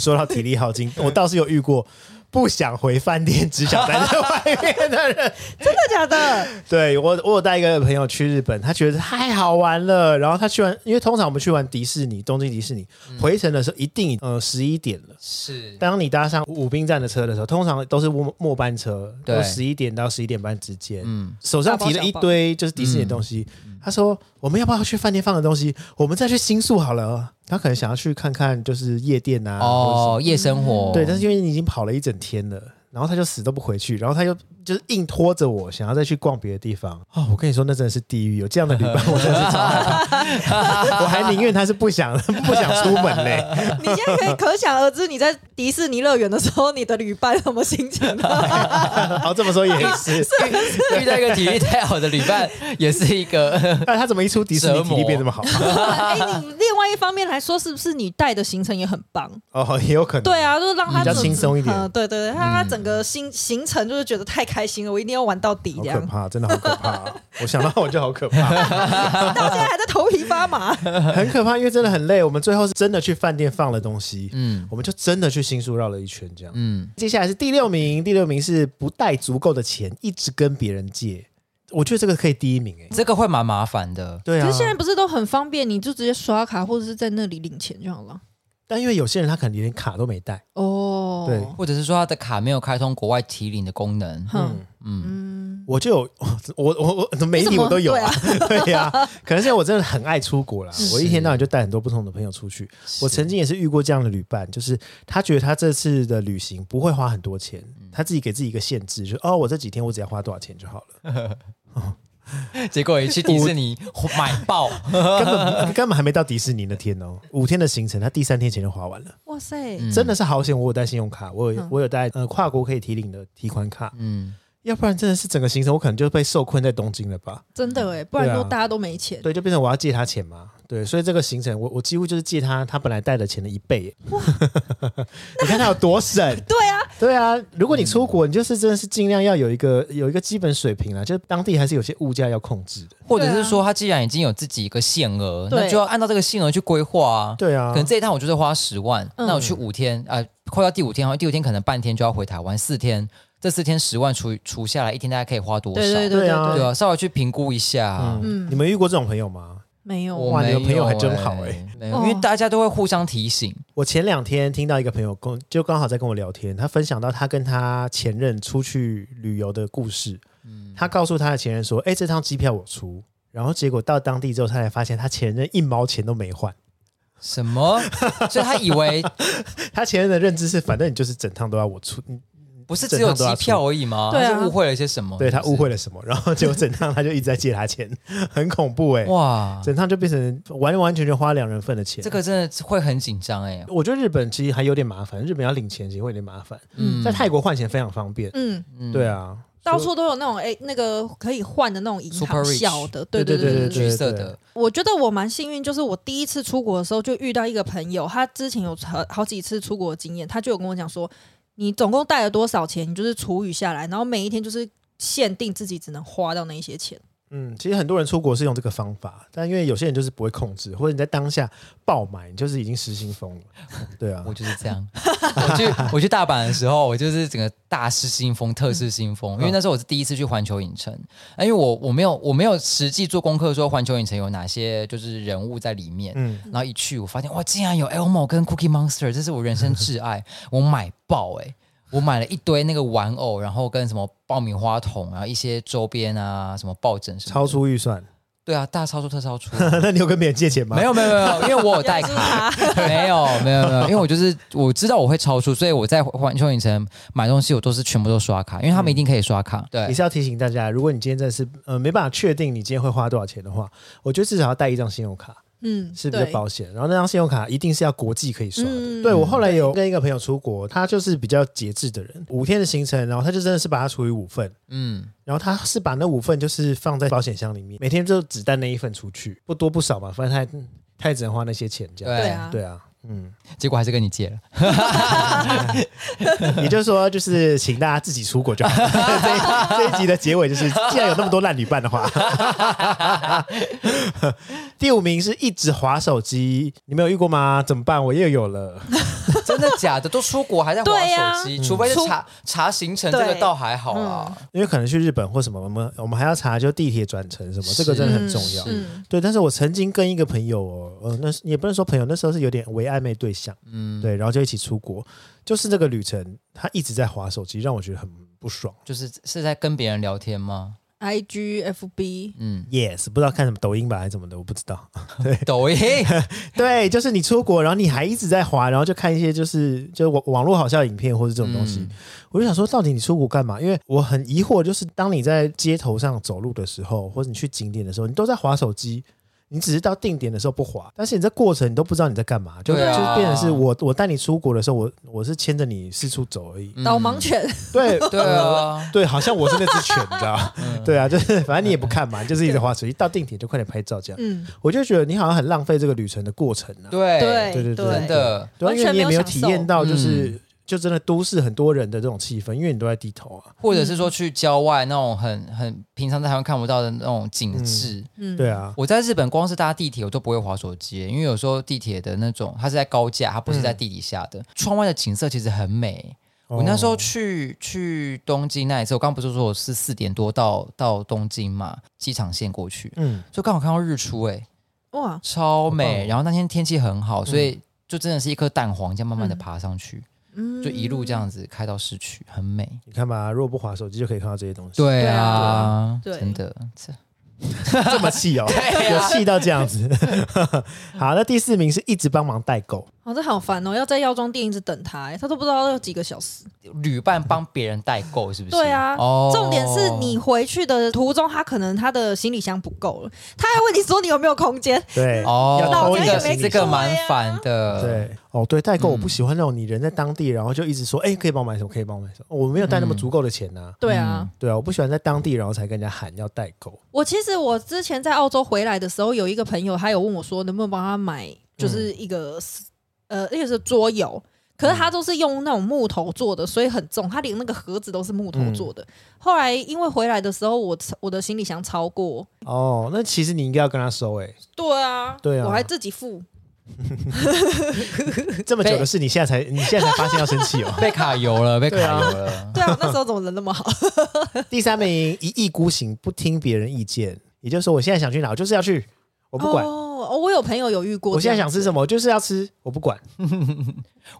Speaker 3: 说到体力耗尽，我倒是有遇过不想回饭店，只想待在外面 的人。
Speaker 1: 真的假的？
Speaker 3: 对我，我有带一个朋友去日本，他觉得太好玩了。然后他去完，因为通常我们去玩迪士尼，东京迪士尼，
Speaker 2: 嗯
Speaker 3: 回程的时候一定呃十一点了。
Speaker 2: 是
Speaker 3: 当你搭上武滨站的车的时候，通常都是末末班车，
Speaker 2: 对
Speaker 3: 都十一点到十一点半之间。
Speaker 2: 嗯。
Speaker 3: 手上提了一堆就是迪士尼的东西，他说我们要不要去饭店放的东西？我们再去新宿好了。他可能想要去看看就是夜店啊，哦，
Speaker 2: 哦，夜生活，
Speaker 3: 对，但是因为你已经跑了一整天了，然后他就死都不回去，然后他就就是硬拖着我，想要再去逛别的地方。哦，我跟你说，那真的是地狱，有这样的旅 伴，我真的是超害怕我还宁愿他是不想不想出门嘞、
Speaker 1: 你现在可以可想而知，你在迪士尼乐园的时候，你的旅伴什么心情啊？
Speaker 3: 哦，这么说也 是，
Speaker 2: 遇到一个体育太好的旅 伴，也是一个
Speaker 3: 哎那他怎么一出迪士尼
Speaker 2: 折磨
Speaker 3: 体力变这么好？
Speaker 1: 哎、你另外一方面来说，是不是你带的行程也很棒？
Speaker 3: 哦，也有可能。
Speaker 1: 对啊，就是让他
Speaker 3: 比较
Speaker 1: 整
Speaker 3: 轻松一点
Speaker 1: 嗯对对对，他他整个行行程就是觉得太开心了，我一定要玩到底
Speaker 3: 好
Speaker 1: 这
Speaker 3: 可
Speaker 1: 样。
Speaker 3: 怕，真的好可怕、 我想到我就好可 怕，
Speaker 1: 到现在还在头皮发 麻。
Speaker 3: 很可怕，因为真的很累。我们最后是真的去饭店放了东西，
Speaker 2: 嗯
Speaker 3: 我们就真的去新宿绕了一圈，这样。
Speaker 2: 嗯，
Speaker 3: 接下来是第六名，第六名是不带足够的钱，一直跟别人借。我觉得这个可以第一名哎、
Speaker 2: 这个会蛮麻烦的。
Speaker 3: 对
Speaker 1: 可
Speaker 3: 啊
Speaker 1: 是，现在不是都很方便，你就直接刷卡或者是在那里领钱就好了。
Speaker 3: 但因为有些人他可能连卡都没带，
Speaker 1: 哦，
Speaker 3: 对
Speaker 2: 或者是说他的卡没有开通国外提领的功能，
Speaker 1: 哼，
Speaker 2: 嗯，
Speaker 3: 我就有 我我我媒
Speaker 1: 你
Speaker 3: 体
Speaker 1: 怎么
Speaker 3: 我都有
Speaker 1: 对啊
Speaker 3: 对呀、可能是因为我真的很爱出国啦，
Speaker 2: 是
Speaker 3: 我一天到晚就带很多不同的朋友出去。我曾经也是遇过这样的旅伴，就是他觉得他这次的旅行不会花很多钱，
Speaker 1: 嗯
Speaker 3: 他自己给自己一个限制，就哦，我这几天我只要花多少钱就好了，
Speaker 2: 嗯结果一去迪士尼买爆，
Speaker 3: 根本 根本还没到迪士尼那天哦，五天的行程，他第三天钱就花完了。
Speaker 1: 哇塞，
Speaker 3: 真的是好险，我有带信用卡，我有、
Speaker 1: 嗯
Speaker 3: 我有带呃跨国可以提领的提款卡，
Speaker 2: 嗯，
Speaker 3: 要不然真的是整个行程我可能就被受困在东京了吧？
Speaker 1: 真的哎，不然
Speaker 3: 对
Speaker 1: 就
Speaker 3: 啊
Speaker 1: 大家都没钱。，
Speaker 3: 对，就变成我要借他钱嘛，对，所以这个行程我我几乎就是借他他本来带的钱的一倍耶， 你看他有多省
Speaker 1: 对啊，
Speaker 3: 对啊，如果你出国，你就是真的是尽量要有一个有一个基本水平啦，就是当地还是有些物价要控制的，
Speaker 2: 或者是说他既然已经有自己一个限额，
Speaker 1: 对啊
Speaker 2: 那就要按照这个限额去规划啊。
Speaker 3: 对啊
Speaker 2: 可，能这一趟我就是花十万，
Speaker 1: 嗯
Speaker 2: 那我去五天，啊，快到第五天，好像第五天可能半天就要回台湾，四天，这四天十万除除下来，一天大概可以花多少？
Speaker 1: 对对对
Speaker 3: 对啊
Speaker 2: 对啊，稍微去评估一下啊。
Speaker 3: 嗯，
Speaker 1: 嗯
Speaker 3: 你们遇过这种朋友吗？
Speaker 1: 没有
Speaker 2: 我
Speaker 3: 哇
Speaker 2: 没
Speaker 3: 你的朋友还
Speaker 2: 有
Speaker 3: 真好
Speaker 2: 欸
Speaker 3: 欸
Speaker 2: 没有
Speaker 1: 哦
Speaker 2: 因为大家都会互相提醒，
Speaker 3: 我前两天听到一个朋友跟就刚好在跟我聊天，他分享到他跟他前任出去旅游的故事。
Speaker 2: 嗯
Speaker 3: 他告诉他的前任说：“哎、这趟机票我出。”然后结果到当地之后，他才发现他前任一毛钱都没换。
Speaker 2: 什么？所以他以为
Speaker 3: 他前任的认知是，反正你就是整趟都要我
Speaker 2: 哦
Speaker 3: 出。嗯
Speaker 2: 不是只有机票而已吗？
Speaker 1: 对啊
Speaker 2: 他是误会了些什么？
Speaker 3: 对他
Speaker 2: 是不
Speaker 3: 误
Speaker 2: 是
Speaker 3: 会了什么？然后结果整趟他就一直在借他钱， 很恐怖哎、
Speaker 2: 哇，
Speaker 3: 整趟就变成完完全全花两人份的钱。
Speaker 2: 这个真的会很紧张哎。
Speaker 3: 我觉得日本其实还有点麻烦，日本要领钱其实会有点麻烦，
Speaker 2: 嗯
Speaker 3: 在泰国换钱非常方便。
Speaker 1: 嗯，
Speaker 2: 嗯
Speaker 3: 对啊，
Speaker 1: 到处都有那种哎、那个可以换的那种银
Speaker 2: Super
Speaker 1: 行
Speaker 2: rich
Speaker 1: 小的，对
Speaker 3: 对
Speaker 1: 对
Speaker 3: 对对
Speaker 2: 橘色的，
Speaker 1: 我觉得我蛮幸运，就是我第一次出国的时候就遇到一个朋友，他之前有好好几次出国的经验，他就有跟我讲说，你总共带了多少钱，你就是除以下来，然后每一天就是限定自己只能花到那一些钱。
Speaker 3: 嗯，其实很多人出国是用这个方法，但因为有些人就是不会控制，或者你在当下爆买，你就是已经失心疯了。对啊
Speaker 2: 我，就是这样。 我去我去大阪的时候，我就是整个大失心疯、特失心疯，
Speaker 3: 嗯
Speaker 2: 因为那时候我是第一次去环球影城，啊因为我我没有我没有实际做功课说环球影城有哪些就是人物在里面，
Speaker 3: 嗯，
Speaker 2: 然后一去我发现哇，竟然有 Elmo 跟 Cookie Monster，这是我人生挚爱，我买爆哎、我买了一堆那个玩偶，然后跟什么爆米花筒啊、一些周边啊、什么抱枕什么的，
Speaker 3: 超出预算。
Speaker 2: 对啊，大超出特超出，
Speaker 3: 那你有跟别人借钱吗？
Speaker 2: 没
Speaker 3: 有，
Speaker 2: 有没有没有，因为我有哦带卡， 没有没有没有，因为我就是我知道我会超出，所以我在环球影城买东西，我都是全部都刷卡，因为他们一定可以刷卡。
Speaker 3: 也
Speaker 2: 对，
Speaker 3: 是要提醒大家，如果你今天真的是呃没办法确定你今天会花多少钱的话，我觉得至少要带一张信用卡。
Speaker 1: 嗯，
Speaker 3: 是比较
Speaker 1: 对，
Speaker 3: 保险。然后那张信用卡一定是要国际可以刷的。
Speaker 1: 嗯
Speaker 3: 对我后来有跟一个朋友出国，他就是比较节制的人，五天的行程，然后他就真的是把它除以五份。
Speaker 2: 嗯，
Speaker 3: 然后他是把那五份就是放在保险箱里面，每天就只带那一份出去，不多不少嘛，反正他也他也只能花那些钱这样。
Speaker 1: 对啊，
Speaker 3: 对啊，嗯，
Speaker 2: 结果还是跟你借了。
Speaker 3: 也就是说，就是请大家自己出国就好了。这一这一集的结尾就是，既然有那么多烂旅伴的话， 第五名是一直划手机，你们有遇过吗？怎么办？我又有了。
Speaker 2: 真的假的？都出国还在划
Speaker 1: 对啊
Speaker 2: 手机，除非是
Speaker 1: 出
Speaker 2: 查查行程，这个
Speaker 1: 对嗯
Speaker 2: 倒还好啊啦。
Speaker 3: 因为可能去日本或什么，我们我们还要查就地铁转乘什么，这个真的很重要。
Speaker 1: 嗯，
Speaker 3: 对，但是我曾经跟一个朋友哦，呃，那是也不能说朋友，那时候是有点为暧昧对象，
Speaker 2: 嗯，
Speaker 3: 对，然后就一起出国，就是这个旅程，他一直在划手机，让我觉得很不爽。
Speaker 2: 就是是在跟别人聊天吗？
Speaker 1: I G F B，
Speaker 2: 嗯，
Speaker 3: Yes，不知道看什么抖音吧还是怎么的，我不知道。
Speaker 2: 抖音
Speaker 3: 对，就是你出国，然后你还一直在滑，然后就看一些就是就网网络好笑的影片或者这种东西，
Speaker 2: 嗯
Speaker 3: 我就想说，到底你出国干嘛？因为我很疑惑，就是当你在街头上走路的时候，或者你去景点的时候，你都在划手机。你只是到定点的时候不划，但是你这过程你都不知道你在干嘛，就、
Speaker 2: 对啊
Speaker 3: 就是变成是我我带你出国的时候，我我是牵着你四处走而已。
Speaker 2: 嗯
Speaker 1: 导盲犬，
Speaker 3: 对呃
Speaker 2: 对啊，嗯
Speaker 3: 对，好像我是那只犬，你知 道吗？对啊，就是反正你也不看嘛，你就是一直划手机，到定点就快点拍照这样。
Speaker 1: 嗯，
Speaker 3: 我就觉得你好像很浪费这个旅程的过程啊。
Speaker 2: 对
Speaker 1: 对
Speaker 3: 对对对
Speaker 2: 真的
Speaker 3: 对啊，
Speaker 1: 完
Speaker 3: 因为
Speaker 1: 全
Speaker 3: 你也
Speaker 1: 没
Speaker 3: 没
Speaker 1: 有
Speaker 3: 有
Speaker 1: 享
Speaker 3: 体
Speaker 1: 受
Speaker 3: 验到，就是、
Speaker 2: 嗯
Speaker 3: 就真的都市很多人的这种气氛，因为你都在低头啊。
Speaker 2: 或者是说去郊外那种很很平常在台湾看不到的那种景致。
Speaker 1: 嗯，
Speaker 3: 对啊，
Speaker 2: 我在日本光是搭地铁我都不会滑手机，因为有时候地铁的那种它是在高架，它不是在地底下的。窗外的景色其实很美。我那时候
Speaker 3: 嗯哦
Speaker 2: 去去东京那一次，我刚不是说我是四点多到到东京嘛，机场线过去，
Speaker 3: 嗯，
Speaker 2: 就刚好看到日出、欸，哎，
Speaker 1: 哇，
Speaker 2: 超
Speaker 3: 好棒
Speaker 2: 美。
Speaker 3: 哦嗯
Speaker 2: 然后那天天气很好，所以就真的是一颗蛋黄这样慢慢的
Speaker 1: 嗯
Speaker 2: 爬上去，
Speaker 1: 嗯，
Speaker 2: 就一路这，样子开到市区，很美。
Speaker 3: 你看吧，如果不划手机就可以看到这些东西，，
Speaker 2: 对啊
Speaker 1: 啊，对
Speaker 2: 真的，这
Speaker 3: 这 么气哦，
Speaker 2: 啊
Speaker 3: 有气到这样子。 好，那第四名是一直帮忙代购，
Speaker 1: 哦，这好烦哦，要在药妆店一直等他，哎他都不知道要几个小时。
Speaker 2: 旅伴帮别人代购是不是？
Speaker 1: 对啊
Speaker 2: 哦
Speaker 1: 重点是你回去的途中，他可能他的行李箱不够了，他还问你说你有没有空间，
Speaker 3: 对，
Speaker 2: 哦
Speaker 3: 要，偷
Speaker 2: 这
Speaker 3: 你
Speaker 2: 个
Speaker 1: 那我也
Speaker 3: 的
Speaker 2: 是
Speaker 1: 没
Speaker 2: 这
Speaker 3: 行李
Speaker 2: 个
Speaker 1: 看
Speaker 3: 箱。
Speaker 2: 蛮烦的，
Speaker 3: 对，哦，对，代购我
Speaker 2: 嗯
Speaker 3: 不喜欢那种你人在当地，然后就一直说，哎，可以帮我买什么，可以帮我买什么，我没有带那么
Speaker 2: 嗯
Speaker 3: 足够的钱呐。
Speaker 1: 对啊，
Speaker 2: 嗯
Speaker 3: 对啊，我不喜欢在当地，然后才跟人家喊要代购。
Speaker 1: 我其实我之前在澳洲回来的时候，有一个朋友，他有问我说能不能帮他买，就是一个、呃，那个是桌游，可是他都是用那种木头做的，所以很重，他连那个盒子都是木头做的。后来因为回来的时候，我我的行李箱超过，
Speaker 3: 哦，那其实你应该要跟他收，哎，
Speaker 1: 对啊，
Speaker 3: 对啊
Speaker 1: 我还自己付，
Speaker 3: 这么久的事，你现在才 你现在才发现要生 气哦。
Speaker 2: 被卡油了，被卡
Speaker 3: 对啊
Speaker 2: 油了。
Speaker 1: 对啊，那时候怎么人那么好？
Speaker 3: 第三名一意孤行，不听别人意见，也就是说，我现在想去哪，我就是要去，我不管；
Speaker 1: 哦，哦我有朋友有遇过，
Speaker 3: 我现在想吃什，么，我就是要吃，我不管。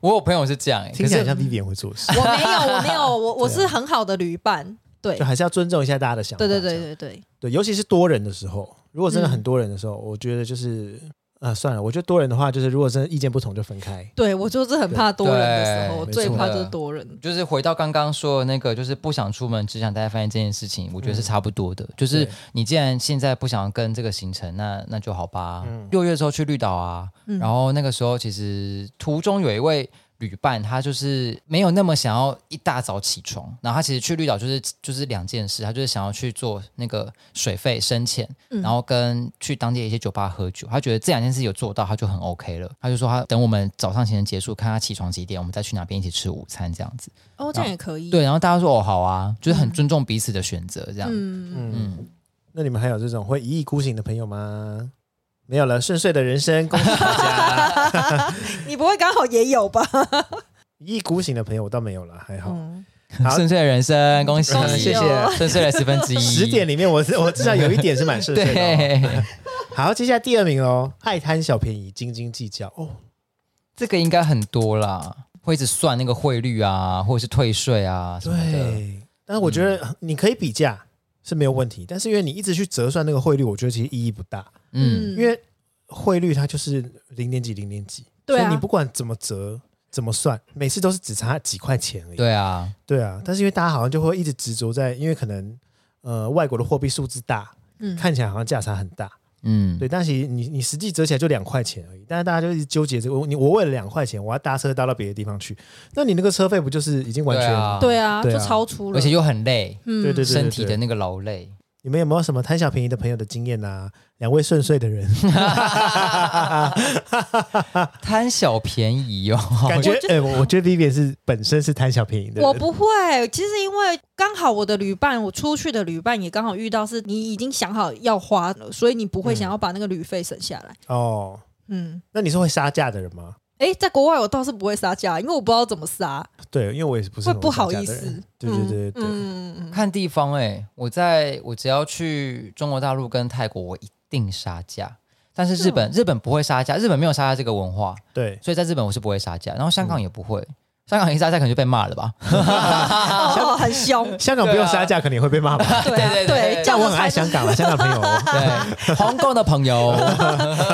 Speaker 2: 我有朋友是这样，欸
Speaker 3: 听
Speaker 2: 可
Speaker 3: 起来很
Speaker 2: 是
Speaker 3: 像 Vivian 会做的事，
Speaker 1: 我没有，我没有，我我是很好的旅伴，对
Speaker 3: 啊就，还是要尊重一下大家的想法。
Speaker 1: 对对
Speaker 3: 这
Speaker 1: 对
Speaker 3: 样
Speaker 1: 对对，
Speaker 3: 对尤其是多人的时候，如果真的
Speaker 1: 嗯
Speaker 3: 很多人的时候，我觉得就是啊，算了，我觉得多人的话，就是如果真的意见不同就分开。
Speaker 1: 对我就是很怕多人的时
Speaker 2: 对
Speaker 1: 候，
Speaker 3: 没
Speaker 1: 最
Speaker 3: 错
Speaker 1: 怕就是多人，
Speaker 2: 就是回到刚刚说的那个，就是不想出门，只想待在饭店这件事情，我觉得是差不多的。就是
Speaker 3: 对
Speaker 2: 你既然现在不想跟这个行程，那那就好吧。六月的时候去绿岛啊，
Speaker 1: 嗯
Speaker 2: 然后那个时候其实途中有一位旅伴，他就是没有那么想要一大早起床，然后他其实去绿岛就是就是两件事，他就是想要去做那个水费深潜，
Speaker 1: 嗯
Speaker 2: 然后跟去当地的一些酒吧喝酒，他觉得这两件事有做到，他就很 OK 了。他就说他等我们早上行程结束，看他起床几点，我们再去哪边一起吃午餐这样子。
Speaker 1: 哦，这样也可以，
Speaker 2: 嗯对，然后大家说哦好啊，就是很尊重彼此的选择这样。
Speaker 1: 嗯，
Speaker 3: 嗯，那你们还有这种会一意孤行的朋友吗？没有了，顺遂的人 生，恭喜大家！
Speaker 1: 你不会刚好也有吧？
Speaker 3: 一意孤行的朋友我倒没有了，还好。
Speaker 1: 嗯，
Speaker 3: 好
Speaker 2: 顺遂的人生，恭喜，
Speaker 1: 恭
Speaker 3: 嗯
Speaker 1: 喜
Speaker 3: 谢
Speaker 1: 哦
Speaker 3: 谢。
Speaker 2: 顺遂了十分之一，
Speaker 3: 十点里面我是，我至少有一点是蛮顺遂的哦、
Speaker 2: 对，
Speaker 3: 好，接下来第二名喽，爱贪小便宜，斤斤计较。哦，
Speaker 2: 这个应该很多啦，会一直算那个汇率啊，或者是退税啊什么的。
Speaker 3: 对。但是我觉得你可以比价是没有问题，但是因为你一直去折算那个汇率，我觉得其实意义不大，
Speaker 2: 嗯，
Speaker 3: 因为汇率它就是零点几零点几，
Speaker 1: 对啊
Speaker 3: 所以你不管怎么折怎么算，每次都是只差几块钱而已。
Speaker 2: 对啊，
Speaker 3: 对啊，但是因为大家好像就会一直执着在，因为可能呃外国的货币数字大，
Speaker 1: 嗯
Speaker 3: 看起来好像价差很大，
Speaker 2: 嗯，
Speaker 3: 对，但其实你你实际折起来就两块钱而已，但是大家就一直纠结这个，我你我为了两块钱，我要搭车搭到别的地方去，那你那个车费不就是已经完全
Speaker 2: 对啊
Speaker 1: 对啊，
Speaker 3: 对啊
Speaker 1: 就超出了，
Speaker 2: 而且又很累，
Speaker 1: 嗯
Speaker 3: 对对对
Speaker 2: 身体的那个劳累。
Speaker 3: 你们有没有什么贪小便宜的朋友的经验啊？两位顺遂的人，
Speaker 2: 贪小便宜哦，
Speaker 3: 感觉
Speaker 1: 我觉
Speaker 3: 哎、我我觉得 Vivian 是本身是贪小便宜的人，
Speaker 1: 我不会，其实因为刚好我的旅伴，我出去的旅伴也刚好遇到是你已经想好要花了，所以你不会想要把那个旅费省下来。
Speaker 3: 哦。
Speaker 1: 嗯，
Speaker 3: 那你是会杀价的人吗？
Speaker 1: 诶，在国外我倒是不会杀价，因为我不知道怎么杀，
Speaker 3: 对，因为我也是不是
Speaker 1: 会
Speaker 3: 很
Speaker 1: 不
Speaker 3: 会杀
Speaker 1: 好
Speaker 3: 价
Speaker 1: 意
Speaker 3: 的人
Speaker 1: 思。
Speaker 3: 对对对对
Speaker 1: 嗯
Speaker 3: 对，
Speaker 1: 嗯嗯嗯，
Speaker 2: 看地方哎、我在我只要去中国大陆跟泰国，我一定杀价。但是哦日本、日本不会杀价，日本没有杀价这个文化，
Speaker 3: 对，
Speaker 2: 所以在日本我是不会杀价，然后香
Speaker 1: 嗯
Speaker 2: 港也不会，香港一杀价可能就被骂了吧？
Speaker 1: 哦，很凶
Speaker 3: ，香港不用杀价，肯定会被骂吧？
Speaker 1: 对啊
Speaker 2: 对对对
Speaker 1: 对，
Speaker 2: 对
Speaker 1: 叫
Speaker 3: 但我
Speaker 1: 个
Speaker 3: 很爱
Speaker 1: 菜就
Speaker 3: 香港啊，香港朋友哦
Speaker 2: 对，皇宫的 朋友，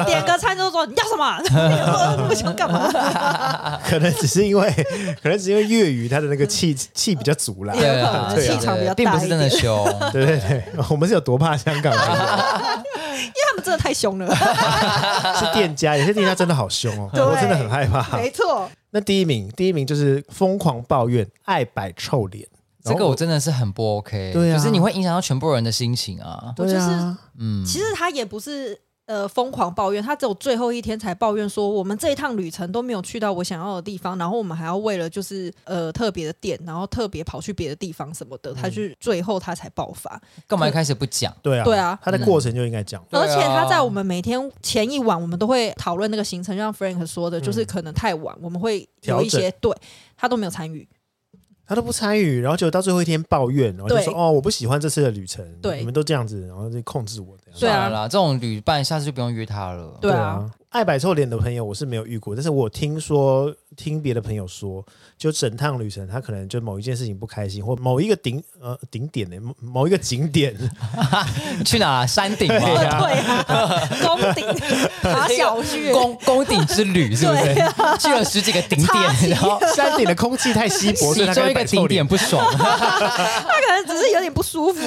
Speaker 1: 点个餐就说你要什么， 我不想干嘛，
Speaker 3: 可能只是因为，可能只是因为粤语它的那个气气比较足啦。
Speaker 1: 对
Speaker 2: 对
Speaker 1: 啊
Speaker 2: 啊，
Speaker 1: 气场比较大一点
Speaker 2: 并不是真的凶。
Speaker 3: 对对对，我们是有多怕香港朋
Speaker 1: 他们真的太凶了，
Speaker 3: 友，是店家，有些店家真的好凶哦，
Speaker 1: 对
Speaker 3: 我真的很害怕。
Speaker 1: 没错，
Speaker 3: 那第一名，第一名就是疯狂抱怨，爱摆臭脸。
Speaker 2: 这个我真的是很 不 OK，
Speaker 3: 对啊
Speaker 2: 就是你会影响到全部人的心情啊。
Speaker 1: 我就是
Speaker 3: 对啊，
Speaker 2: 嗯，
Speaker 1: 其实他也不是呃疯狂抱怨，他只有最后一天才抱怨说，我们这一趟旅程都没有去到我想要的地方，然后我们还要为了就是呃特别的店，然后特别跑去别的地方什么的，他就是最后他才爆发。
Speaker 2: 干嘛一开始不讲？
Speaker 3: 对啊，
Speaker 1: 对啊
Speaker 3: 他的过程就应该讲。
Speaker 2: 对啊
Speaker 1: 而且他在我们每天前一晚，我们都会讨论那个行程，像 Frank 说的，就是可能太晚，我们会有一些对他都没有参与。
Speaker 3: 他都不参与，然后就到最后一天抱怨，然后就
Speaker 1: 对
Speaker 3: 说：“哦，我不喜欢这次的旅程，
Speaker 1: 对
Speaker 3: 你们都这样子，然后就控制我这样。
Speaker 1: 对啊
Speaker 2: 算了啦，这种旅伴下次就不用约他了。
Speaker 1: 对啊”
Speaker 3: 爱摆臭脸的朋友我是没有遇过，但是我听说听别的朋友说，就整趟旅程他可能就某一件事情不开心，或某一个顶呃顶点呢、某某一个 景点，
Speaker 2: 去哪？啊山顶
Speaker 1: 哦
Speaker 2: 吗？
Speaker 1: 对啊，宫顶爬小 穴，
Speaker 2: 宫宫顶之旅是不是
Speaker 1: 对？啊
Speaker 2: 去了十几个顶
Speaker 1: 插旗
Speaker 2: 点，然后
Speaker 3: 山顶的空气太稀薄，所
Speaker 2: 其
Speaker 3: 以他开
Speaker 2: 中
Speaker 3: 始
Speaker 2: 一个
Speaker 3: 摆臭
Speaker 2: 顶
Speaker 3: 脸
Speaker 2: 点。不爽，
Speaker 1: 他可能只是有点不舒服。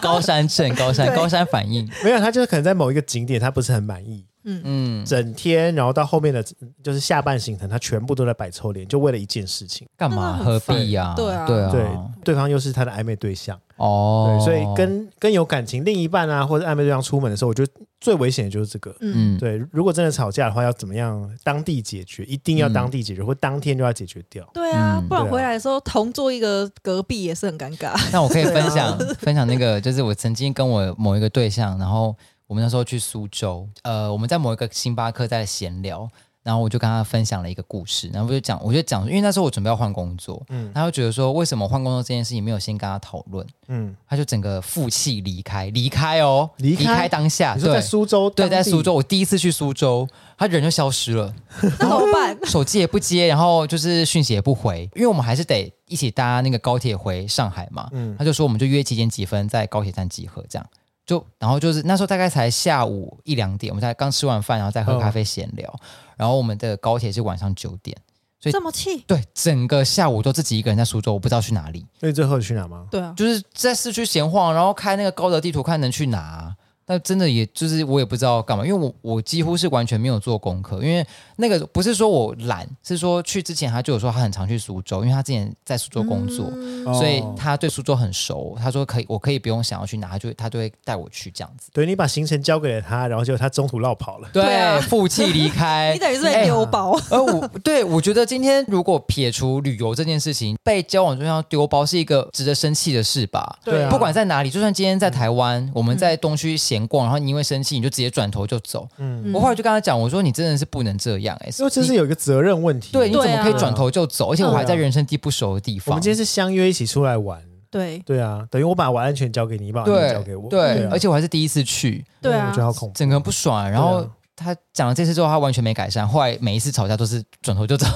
Speaker 2: 高山症，高山
Speaker 1: 对
Speaker 2: 高山反应。
Speaker 3: 没有，他就是可能在某一个景点他不是很满意，
Speaker 2: 嗯，
Speaker 3: 整天，然后到后面的就是下半行程，他全部都在摆臭脸，就为了一件事情。
Speaker 2: 干嘛
Speaker 1: 真的
Speaker 2: 何
Speaker 1: 很烦
Speaker 2: 必呀？
Speaker 1: 对啊
Speaker 2: 对
Speaker 3: 对
Speaker 2: 啊，，
Speaker 3: 对方又是他的暧昧对象，
Speaker 2: 哦
Speaker 3: 对，，所以跟跟有感情另一半啊，或者暧昧对象出门的时候，我觉得最危险的就是这个。
Speaker 1: 嗯，
Speaker 2: 嗯，
Speaker 3: 对，如果真的吵架的话，要怎么样当地解决？一定要当地解决，或当天就要解决掉。
Speaker 1: 对啊，
Speaker 2: 嗯
Speaker 1: 不然
Speaker 3: 对啊
Speaker 1: 回来的时候同坐一个隔壁也是很尴尬。
Speaker 2: 那我可以分享、
Speaker 3: 啊
Speaker 2: 分享那个，就是我曾经跟我某一个对象，然后我们那时候去苏州，呃，我们在某一个星巴克在闲聊，然后我就跟他分享了一个故事，然后我就讲，我就讲，因为那时候我准备要换工作，嗯，他就觉得说为什么换工作这件事情没有先跟他讨论，
Speaker 3: 嗯，
Speaker 2: 他就整个负气离开，离开哦，
Speaker 3: 离开
Speaker 2: 当下，
Speaker 3: 你说在
Speaker 2: 对。
Speaker 3: 苏州
Speaker 2: 对，
Speaker 3: 当地，
Speaker 2: 在苏州，我第一次去苏州，他人就消失了，
Speaker 1: 那怎么办？
Speaker 2: 手机也不接，然后就是讯息也不回，因为我们还是得一起搭那个高铁回上海嘛。
Speaker 3: 嗯
Speaker 2: 他就说我们就约几点几分在高铁站集合，这样就然后就是那时候大概才下午一两点，我们才刚吃完饭，然后再喝咖啡闲聊，然后我们的高铁是晚上九点，对
Speaker 1: 这么气？
Speaker 2: 对，整个下午都自己一个人在苏州，我不知道去哪里，
Speaker 3: 所以最后去哪吗？
Speaker 1: 对啊，
Speaker 2: 就是在市区闲晃，然后开那个高德地图看能去哪、但真的也就是我也不知道干嘛，因为我我几乎是完全没有做功课，因为那个不是说我懒，是说去之前他就有说他很常去苏州，因为他之前在苏州工作，
Speaker 1: 嗯
Speaker 2: 所以
Speaker 3: 哦
Speaker 2: 他对苏州很熟。他说可以，我可以不用想要去哪，他就他就会带我去这样子。
Speaker 3: 对你把行程交给了他，然后结果他中途绕跑了。
Speaker 2: 对，
Speaker 1: 对啊
Speaker 2: 负气离开，
Speaker 1: 你等于是在丢包，
Speaker 2: 而我对我觉得今天如果撇除旅游这件事情，被交往对象丢包是一个值得生气的事吧？
Speaker 3: 对啊
Speaker 2: 不管在哪里，就算今天在台湾，我们在东区闲逛，然后你因为生气，你就直接转头就走。
Speaker 3: 嗯，
Speaker 1: 嗯
Speaker 2: 我后来就跟他讲，我说你真的是不能这样、欸，哎，
Speaker 3: 因为这是有一个责任问题。
Speaker 2: 对，你
Speaker 1: 对啊
Speaker 2: 怎么可以转头就走？而且我还在
Speaker 3: 嗯
Speaker 2: 人生地不熟的地
Speaker 3: 我
Speaker 2: 方
Speaker 3: 们今。天是相约一起出来玩。
Speaker 1: 对
Speaker 3: 对啊，等于我把我安全交给你，你把安全
Speaker 2: 对
Speaker 3: 交给我。
Speaker 2: 对，
Speaker 3: 啊
Speaker 2: 而且我还是第一次去，
Speaker 1: 对
Speaker 3: 嗯我
Speaker 1: 啊
Speaker 3: 觉，得好恐怖。
Speaker 2: 整个人不爽。然后
Speaker 3: 对啊
Speaker 2: 他讲了这次之后，他完全没改善。后来每一次吵架都是转头就走。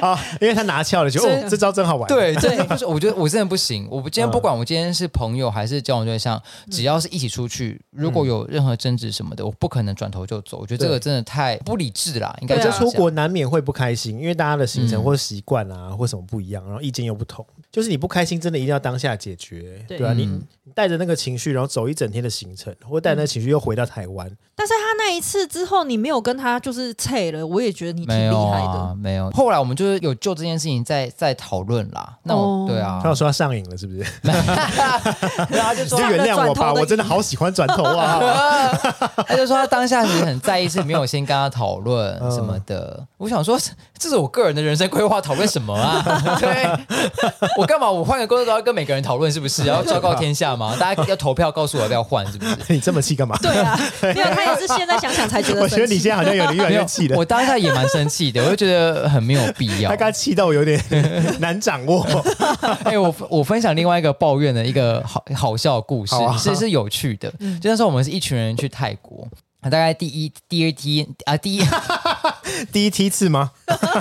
Speaker 3: 啊，因为他拿翘了，就
Speaker 2: 真
Speaker 3: 哦，这招真好玩。，
Speaker 2: 对，啊
Speaker 1: 对
Speaker 2: 真的不是，我觉得我真的不行。我不今天
Speaker 3: 嗯
Speaker 2: 不管我今天是朋友还是交往对象，只要是一起出去，如果有任何争执什么的，我不可能转头就走。我觉得这个
Speaker 3: 嗯对
Speaker 2: 真的太不理智啦，应该
Speaker 1: 对
Speaker 3: 我
Speaker 1: 啊
Speaker 2: 这
Speaker 3: 觉得
Speaker 2: 样
Speaker 3: 出
Speaker 2: 讲
Speaker 3: 国难免会不开心，因为大家的行程
Speaker 2: 嗯
Speaker 3: 或习惯啊，或什么不一样，然后意见又不同。就是你不开心，真的一定要当下解决，
Speaker 1: 对
Speaker 3: 对啊，你
Speaker 2: 嗯
Speaker 3: 你带着那个情绪，然后走一整天的行程，或带着那个情绪又回到台湾，
Speaker 1: 但是他那一次之后，你没有跟他就是菜了，我也觉得你挺
Speaker 2: 没
Speaker 1: 厉
Speaker 2: 有
Speaker 1: 害
Speaker 2: 啊
Speaker 1: 的。，
Speaker 2: 没有。后来我们就是有就这件事情在在讨论啦。那
Speaker 1: 哦
Speaker 2: 我对
Speaker 3: 他有
Speaker 2: 啊，
Speaker 3: 说他上瘾了，是 不是？
Speaker 2: 然后他就
Speaker 3: 你
Speaker 2: 说
Speaker 3: 就
Speaker 1: 上
Speaker 3: 原
Speaker 1: 个
Speaker 3: 谅
Speaker 1: 转
Speaker 3: 我吧，
Speaker 1: 头的
Speaker 3: 我真的好喜欢转头啊！
Speaker 2: 他就说他当下其实很在意，是没有先跟他讨论
Speaker 3: 嗯
Speaker 2: 什么的。我想说，这这是我个人的人生规划，讨论什么啊？对， 我干嘛？我换个工作都要跟每个人讨论，是不是？然后昭告天下嘛，大家要投票告诉我要不要换，是不是？
Speaker 3: 你这么气干嘛？
Speaker 1: 对啊，没有，他也是现在想想才觉得
Speaker 3: 我觉得
Speaker 1: 生
Speaker 3: 你
Speaker 1: 气
Speaker 3: 现。在好像有点越来
Speaker 2: 没有
Speaker 3: 越气，了
Speaker 2: 我。当下也蛮生气的，我就觉得很没有必要
Speaker 3: 他。刚才气到我有 点难掌握。
Speaker 2: 哎、我我分享另外一个抱怨的一个好好笑的故事
Speaker 3: 好，啊
Speaker 2: 是是有趣的。就那时候我们是一群人去泰国，大概第一、第二天啊，第一
Speaker 3: 第一梯次吗？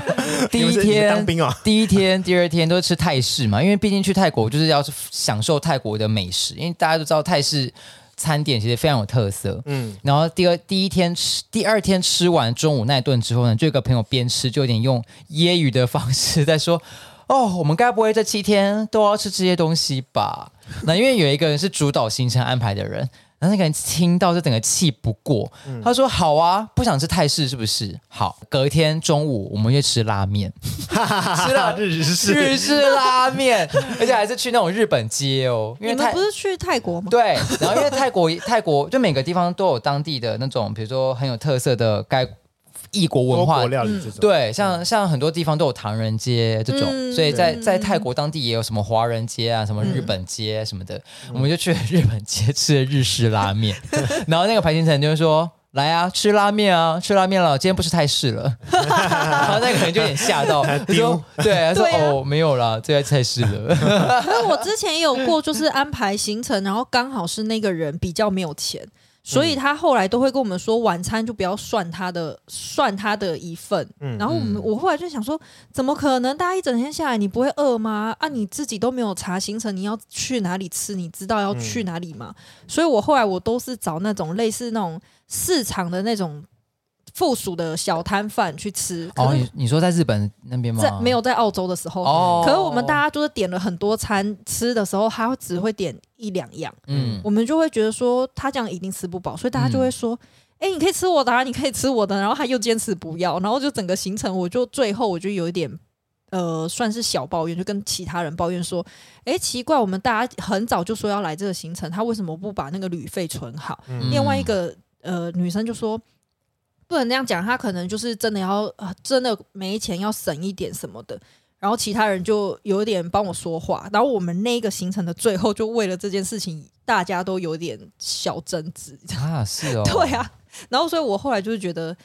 Speaker 2: 第一
Speaker 3: 你们是你是
Speaker 2: 天
Speaker 3: 当兵啊？
Speaker 2: 第一天、第二天都是吃泰式嘛，因为毕竟去泰国就是要享受泰国的美食，因为大家都知道泰式餐点其实非常有特色。
Speaker 3: 嗯，
Speaker 2: 然后第二第一天吃，第二天吃完中午那一顿之后呢，就有一个朋友边吃就有点用揶揄的方式在说：“ 哦，我们该不会这七天都要吃这些东西吧？”那因为有一个人是主导行程安排的人，然后那个人听到就整个气不过，他说：“好啊，不想吃泰式是不是？好，隔天中午我们去吃拉面，吃了
Speaker 3: 日式
Speaker 2: 日式拉面，而且还是去那种日本街哦，因
Speaker 1: 你
Speaker 2: 为
Speaker 1: 们
Speaker 2: 泰
Speaker 1: 不是去泰国吗？
Speaker 2: 对，然后因为泰国 泰国就每个地方都有当地的那种，比如说很有特色的该异国文
Speaker 3: 多
Speaker 2: 化
Speaker 3: 国。料理这种。
Speaker 2: 对，像像很多地方都有唐人街这种，
Speaker 1: 嗯
Speaker 2: 所以在
Speaker 1: 对嗯
Speaker 2: 在泰国当地也有什么华人街啊，什么日本街什么的，我们就去 日本街吃了日式拉 面，然后那个排行程就说。来啊，吃拉面啊，吃拉面了！今天不吃泰式 了，然后那个人就有点吓 到，他说：“对，他说
Speaker 1: 对啊
Speaker 2: 哦，没有啦，这在泰式了。”
Speaker 1: 因为我之前也有过，就是安排行程，然后刚好是那个人比较没有钱，所
Speaker 2: 嗯
Speaker 1: 以他后来都会跟我们说，晚餐就不要算他的，算他的一份。
Speaker 3: 嗯
Speaker 1: 然后我们
Speaker 2: 嗯
Speaker 1: 我后来就想说，怎么可能？大家一整天下来，你不会饿吗？啊，你自己都没有查行程，你要去哪里吃？你知道要
Speaker 2: 嗯
Speaker 1: 去哪里吗？所以我后来我都是找那种类似那种市场的那种附属的小摊贩去吃。
Speaker 2: 哦，
Speaker 1: 可是
Speaker 2: 你你说在日本那边吗
Speaker 1: 在？没有在澳洲的时候，
Speaker 2: 哦
Speaker 1: 可是我们大家就是点了很多餐，吃的时候他只会点一两样，
Speaker 2: 嗯
Speaker 1: 我们就会觉得说他这样一定吃不饱，所以大家就会说。
Speaker 2: 嗯
Speaker 1: 哎、你可以吃我的、啊，你可以吃我的，然后他又坚持不要，然后就整个行程，我就最后我就有一点，呃，算是小抱怨，就跟其他人抱怨说，哎、奇怪，我们大家很早就说要来这个行程，他为什么不把那个旅费存好？
Speaker 3: 嗯
Speaker 1: 另外一个呃女生就说。不能那样讲，她可能就是真的要、啊真的没钱要省一点什么的。然后其他人就有点帮我说话，然后我们那一个行程的最后，就为了这件事情，大家都有点小争执。
Speaker 2: 啊是哦，
Speaker 1: 对啊，然后所以我后来就是觉得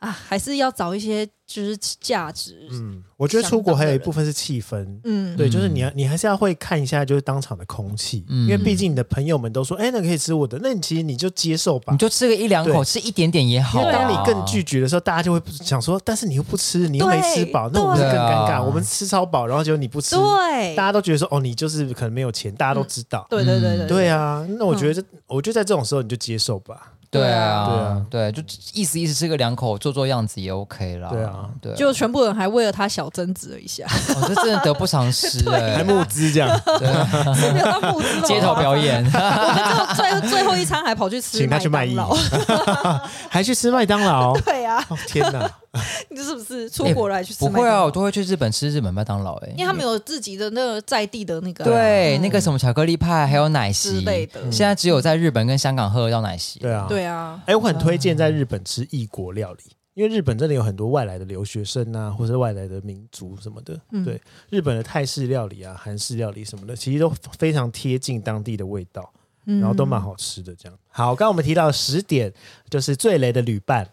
Speaker 1: 啊，还是要找一些就是价值。
Speaker 3: 嗯，我觉得出国还有一部分是气氛。
Speaker 1: 嗯，
Speaker 3: 对，就是你要，你还是要会看一下，就是当场的空气，
Speaker 2: 嗯
Speaker 3: 因为毕竟你的朋友们都说，哎、那可以吃我的，那你其实你就接受吧
Speaker 2: 你。就吃个一两口，
Speaker 3: 对
Speaker 2: 吃一点点也好
Speaker 3: 因
Speaker 2: 啊。
Speaker 3: 为当你更拒绝的时候，大家就会想说，但是你又不吃，你又没吃饱，
Speaker 1: 对
Speaker 3: 那我们是更尴
Speaker 2: 对
Speaker 3: 尬。
Speaker 2: 啊
Speaker 3: 我们吃超饱，然后结果你不吃，
Speaker 1: 对，
Speaker 3: 大家都觉得说，哦，你就是可能没有钱，大家都知道。啊
Speaker 1: 对对对对
Speaker 2: 嗯
Speaker 3: 对啊，那我觉得这，我觉得在这种时候你就接受吧。
Speaker 2: 对啊，
Speaker 3: 对
Speaker 2: 对
Speaker 3: 啊
Speaker 2: 就意思意思吃个两口，做做样子也 OK 啦。
Speaker 3: 对啊，
Speaker 2: 对，
Speaker 1: 就全部人还为了他小争执了一下，
Speaker 2: 哦、这真的得不偿失
Speaker 1: 啊
Speaker 2: 哎、
Speaker 3: 还募资这样，
Speaker 1: 没有到募资了
Speaker 2: 街头表， 演，
Speaker 1: 我们就 最最后一餐还跑去吃
Speaker 3: 请他去卖艺
Speaker 1: 麦当劳。
Speaker 3: 还去吃麦当劳
Speaker 1: 对啊，
Speaker 3: 哦天哪！
Speaker 1: 你是不是出国了还去吃
Speaker 3: 哎
Speaker 2: 不
Speaker 1: 麦当
Speaker 2: 会
Speaker 1: 劳？
Speaker 2: 啊，我都会去日本吃日本麦当劳哎、
Speaker 1: 因为他们有自己的那个在地的那
Speaker 3: 啊
Speaker 1: 个
Speaker 2: 对、那个什么巧克力派还有奶
Speaker 1: 之
Speaker 2: 昔，
Speaker 1: 类的，
Speaker 2: 现在只有在日本跟香港喝得到奶昔。
Speaker 3: 对啊，。
Speaker 1: 对啊，
Speaker 3: 哎，我很推荐在日本吃异国料理，因为日本真的有很多外来的留学生啊，或者外来的民族什么的。
Speaker 1: 嗯
Speaker 3: 对，日本的泰式料理啊、韩式料理什么的，其实都非常贴近当地的味道，嗯然后都
Speaker 1: 嗯
Speaker 3: 蛮好吃的。这样好，刚刚我们提到十点就是最雷的旅伴。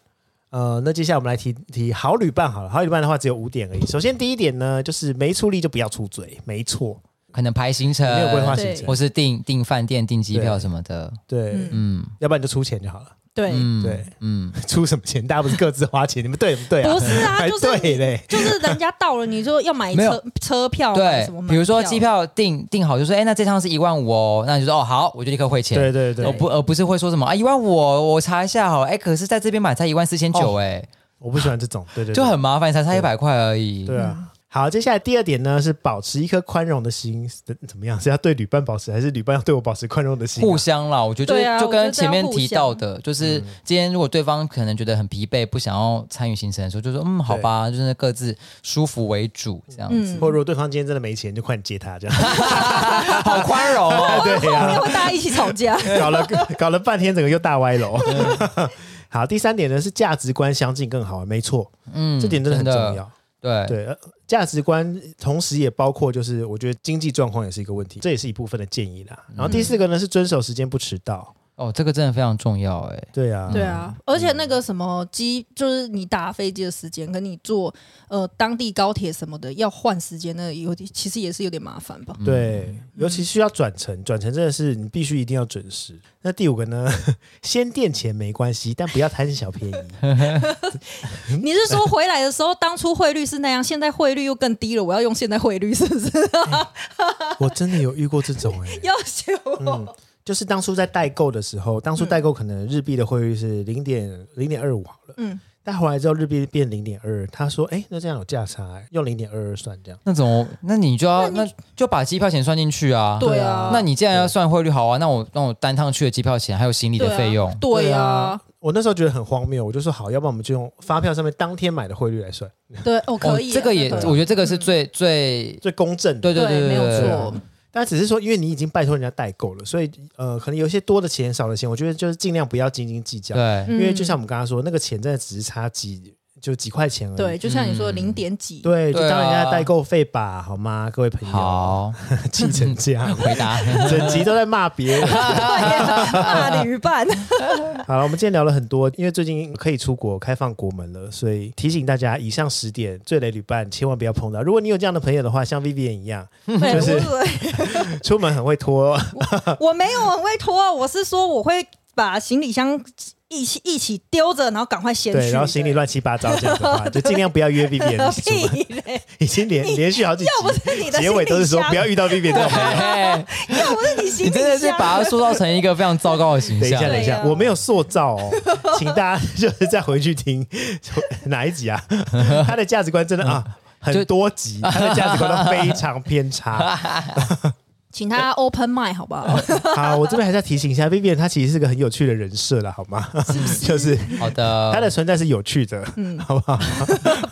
Speaker 3: 呃，那接下来我们来提提好旅伴好了。好旅伴的话只有五点而已。首先第一点呢，就是没出力就不要出嘴，没错，
Speaker 2: 可能排行程
Speaker 3: 没有规划行
Speaker 1: 对
Speaker 3: 程
Speaker 2: 或，是订订饭店、订机票什么的。
Speaker 3: 对，
Speaker 1: 嗯，
Speaker 2: 嗯，
Speaker 3: 要不然你就出钱就好了。
Speaker 1: 对，
Speaker 2: 嗯
Speaker 3: 对，
Speaker 2: 嗯，
Speaker 3: 出什么钱？大家不是各自花钱？你们对不对啊？
Speaker 1: 不是啊，
Speaker 3: 还
Speaker 1: 就是
Speaker 3: 对
Speaker 1: 你
Speaker 3: 嘞，
Speaker 1: 就是人家到了，你就要买
Speaker 2: 没有
Speaker 1: 车车票，哦买
Speaker 2: 对
Speaker 1: 什么，买
Speaker 2: 比如说机票订订好，就说哎，那这趟是一万五哦，那你就说哦好，我就立刻汇钱。
Speaker 3: 对对
Speaker 2: 而
Speaker 3: 对，
Speaker 2: 不而不是会说什么啊一万五哦，我查一下好了，哎，可是在这边买才一万四千九，哎，
Speaker 3: 我不喜欢这 种，哦对对，对
Speaker 2: 就很麻烦，才差一百块而已。
Speaker 3: 对啊。好，接下来第二点呢是保持一颗宽容的心，怎怎么样？是要对旅伴保持，还是旅伴要对我保持宽容的心啊、
Speaker 2: 互相啦，我觉得就是、
Speaker 1: 对啊
Speaker 2: 就
Speaker 1: 我觉
Speaker 2: 跟
Speaker 1: 得这
Speaker 2: 前
Speaker 1: 样
Speaker 2: 面提到的，
Speaker 3: 嗯
Speaker 2: 就是今天如果对方可能觉得很疲惫，不想要参与行程的时候，就说嗯好吧，就是各自舒服为主这样子，
Speaker 1: 嗯
Speaker 3: 或如果对方今天真的没钱，就快点接他这样。
Speaker 2: 好宽容哦。
Speaker 3: 对啊
Speaker 1: 后
Speaker 3: 呀、
Speaker 1: 面会大家一起吵 架，
Speaker 3: 搞了搞了半天，整个又大歪 楼。 好，第三点呢是价值观相近更好，啊没错，
Speaker 2: 嗯
Speaker 3: 这点真的很重。要。
Speaker 2: 对
Speaker 3: 对，呃价值观同时也包括就是我觉得经济状况也是一个问题，这也是一部分的建议啦。然后第四个呢是遵守时间不迟到。
Speaker 2: 哦，这个真的非常重要哎、
Speaker 3: 对啊，
Speaker 1: 对啊，而且那个什么机，就是你打飞机的时间，跟你坐呃当地高铁什么的要换时间，那有点其实也是有点麻烦吧。
Speaker 3: 对，尤其需要转乘，转乘真的是你必须一定要准时。那第五个呢， 先垫钱没关系，但不要贪小 便宜。
Speaker 1: 你是说回来的时候，当初汇率是那样，现在汇率又更低了，我要用现在汇率是不是？
Speaker 3: 我真的有遇过这种哎、
Speaker 1: 要求我、
Speaker 3: 就是当初在代购的时候，当初
Speaker 1: 嗯
Speaker 3: 代购可能日币的汇率是零点零点二五好了，嗯
Speaker 1: 嗯，
Speaker 3: 但回来之后日币变零点二，他说哎、那这样有价差、欸，用零点二二算这样。
Speaker 2: 那怎么？那你就要那就把机票钱算进去啊。
Speaker 1: 对啊，
Speaker 2: 那你既然要算汇率，好啊，那我那我单趟去的机票钱还有行李
Speaker 1: 对
Speaker 2: 的
Speaker 1: 啊
Speaker 2: 费用，
Speaker 1: 对啊，
Speaker 3: 我那时候觉得很荒谬，我就说好，要不然我们就用发票上面当天买的汇率来算，
Speaker 1: 对，哦，可以啊，
Speaker 2: 这个也，
Speaker 1: 可以
Speaker 2: 我觉得这个是最最
Speaker 3: 最公正的。
Speaker 2: 对对对，
Speaker 1: 没有
Speaker 2: 对对
Speaker 1: 错，
Speaker 3: 但只是说，因为你已经拜托人家代购了，所以呃，可能有一些多的钱、少的钱，我觉得就是尽量不要斤斤计较，
Speaker 2: 对。
Speaker 1: 嗯
Speaker 3: 因为就像我们刚刚说，那个钱真的只是差几就几块钱而已。
Speaker 1: 对，就像你说的
Speaker 2: 嗯
Speaker 1: 零点几，
Speaker 3: 对，就
Speaker 2: 对啊
Speaker 3: 当人家的代购费吧，好吗？各位朋友，
Speaker 2: 啊好，
Speaker 3: 气成这
Speaker 2: ，
Speaker 3: 样
Speaker 2: 回答。
Speaker 3: 整集都在骂别人。
Speaker 1: 大旅伴，
Speaker 3: 好了，我们今天聊了很多，因为最近可以出国、开放国门了，所以提醒大家，以上十点最雷旅伴千万不要碰到。如果你有这样的朋友的话，像 Vivian 一样，
Speaker 1: 对，
Speaker 3: 就是
Speaker 1: 我
Speaker 3: 出门很会拖，
Speaker 1: 我没有很会拖，我是说我会把行李箱一起一起丢着，然后赶快先去。
Speaker 3: 对，然后行李乱七八糟这样的话，就尽量不要约 Vivian 一起出门。
Speaker 1: 屁嘞！
Speaker 3: 已经连连续好几集，
Speaker 1: 要不是你的
Speaker 3: 结尾都是说不要遇到 B B 这种。
Speaker 2: 嘿
Speaker 1: 要不是你行
Speaker 2: 你
Speaker 1: 李箱，
Speaker 2: 真的是把它塑造成一个非常糟糕的形
Speaker 3: 等一
Speaker 2: 象
Speaker 3: 下，。等一下，
Speaker 1: 对啊
Speaker 3: 我没有塑造 哦，请大家就是再回去听哪一集啊？他的价值观真的
Speaker 1: 嗯
Speaker 3: 啊，很多集，他的价值观都非常偏差。
Speaker 1: 请他 open mind 好不好？
Speaker 3: 好，我这边还是要提醒一下 B B，他其实是个很有趣的人设了，好吗？ 就是
Speaker 2: 好的，
Speaker 1: 嗯
Speaker 3: 他的存在是有趣的，好不好？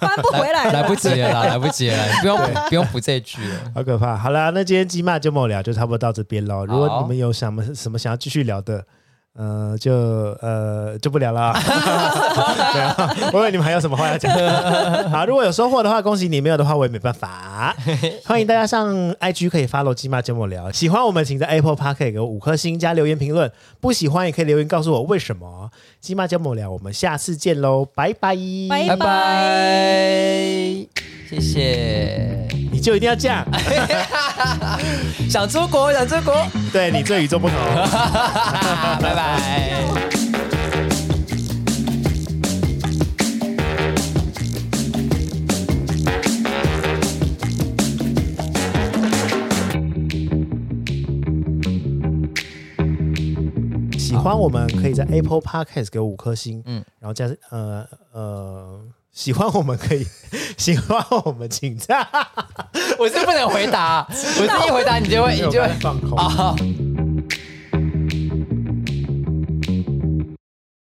Speaker 1: 搬不回来
Speaker 2: 来
Speaker 1: 了
Speaker 2: 不。及 了啦，来不及了，不用不用补这句了。
Speaker 3: 好可怕。好啦，那今天鸡骂就跟我聊就差不多到这边喽。如果
Speaker 2: 好
Speaker 3: 你们有什么什么想要继续聊的，呃，就呃就不聊了、啊。对啊，我问你们还有什么话要讲？好，如果有收获的话，恭喜你；没有的话，我也没办法。欢迎大家上 IG 可以 follow 鸡骂节目聊。喜欢我们，请在 Apple Park 给我五颗星加留言评论；不喜欢也可以留言告诉我为什么。鸡骂节目聊，我们下次见喽，拜拜。
Speaker 1: 拜
Speaker 2: 拜拜，谢谢。
Speaker 3: 你就一定要这样，
Speaker 2: 想出国，想出国，
Speaker 3: 对你最与众不同。
Speaker 2: 啊 拜拜。
Speaker 3: 喜欢我们可以在 Apple Podcast 给我五颗星，嗯
Speaker 2: 嗯，
Speaker 3: 然后加呃呃，喜欢我们可以 喜欢我们请在，
Speaker 2: 我是不能回答，我是一回答你就会，
Speaker 3: 没
Speaker 2: 你
Speaker 3: 有
Speaker 2: 就会
Speaker 3: 办法放空。
Speaker 2: 啊。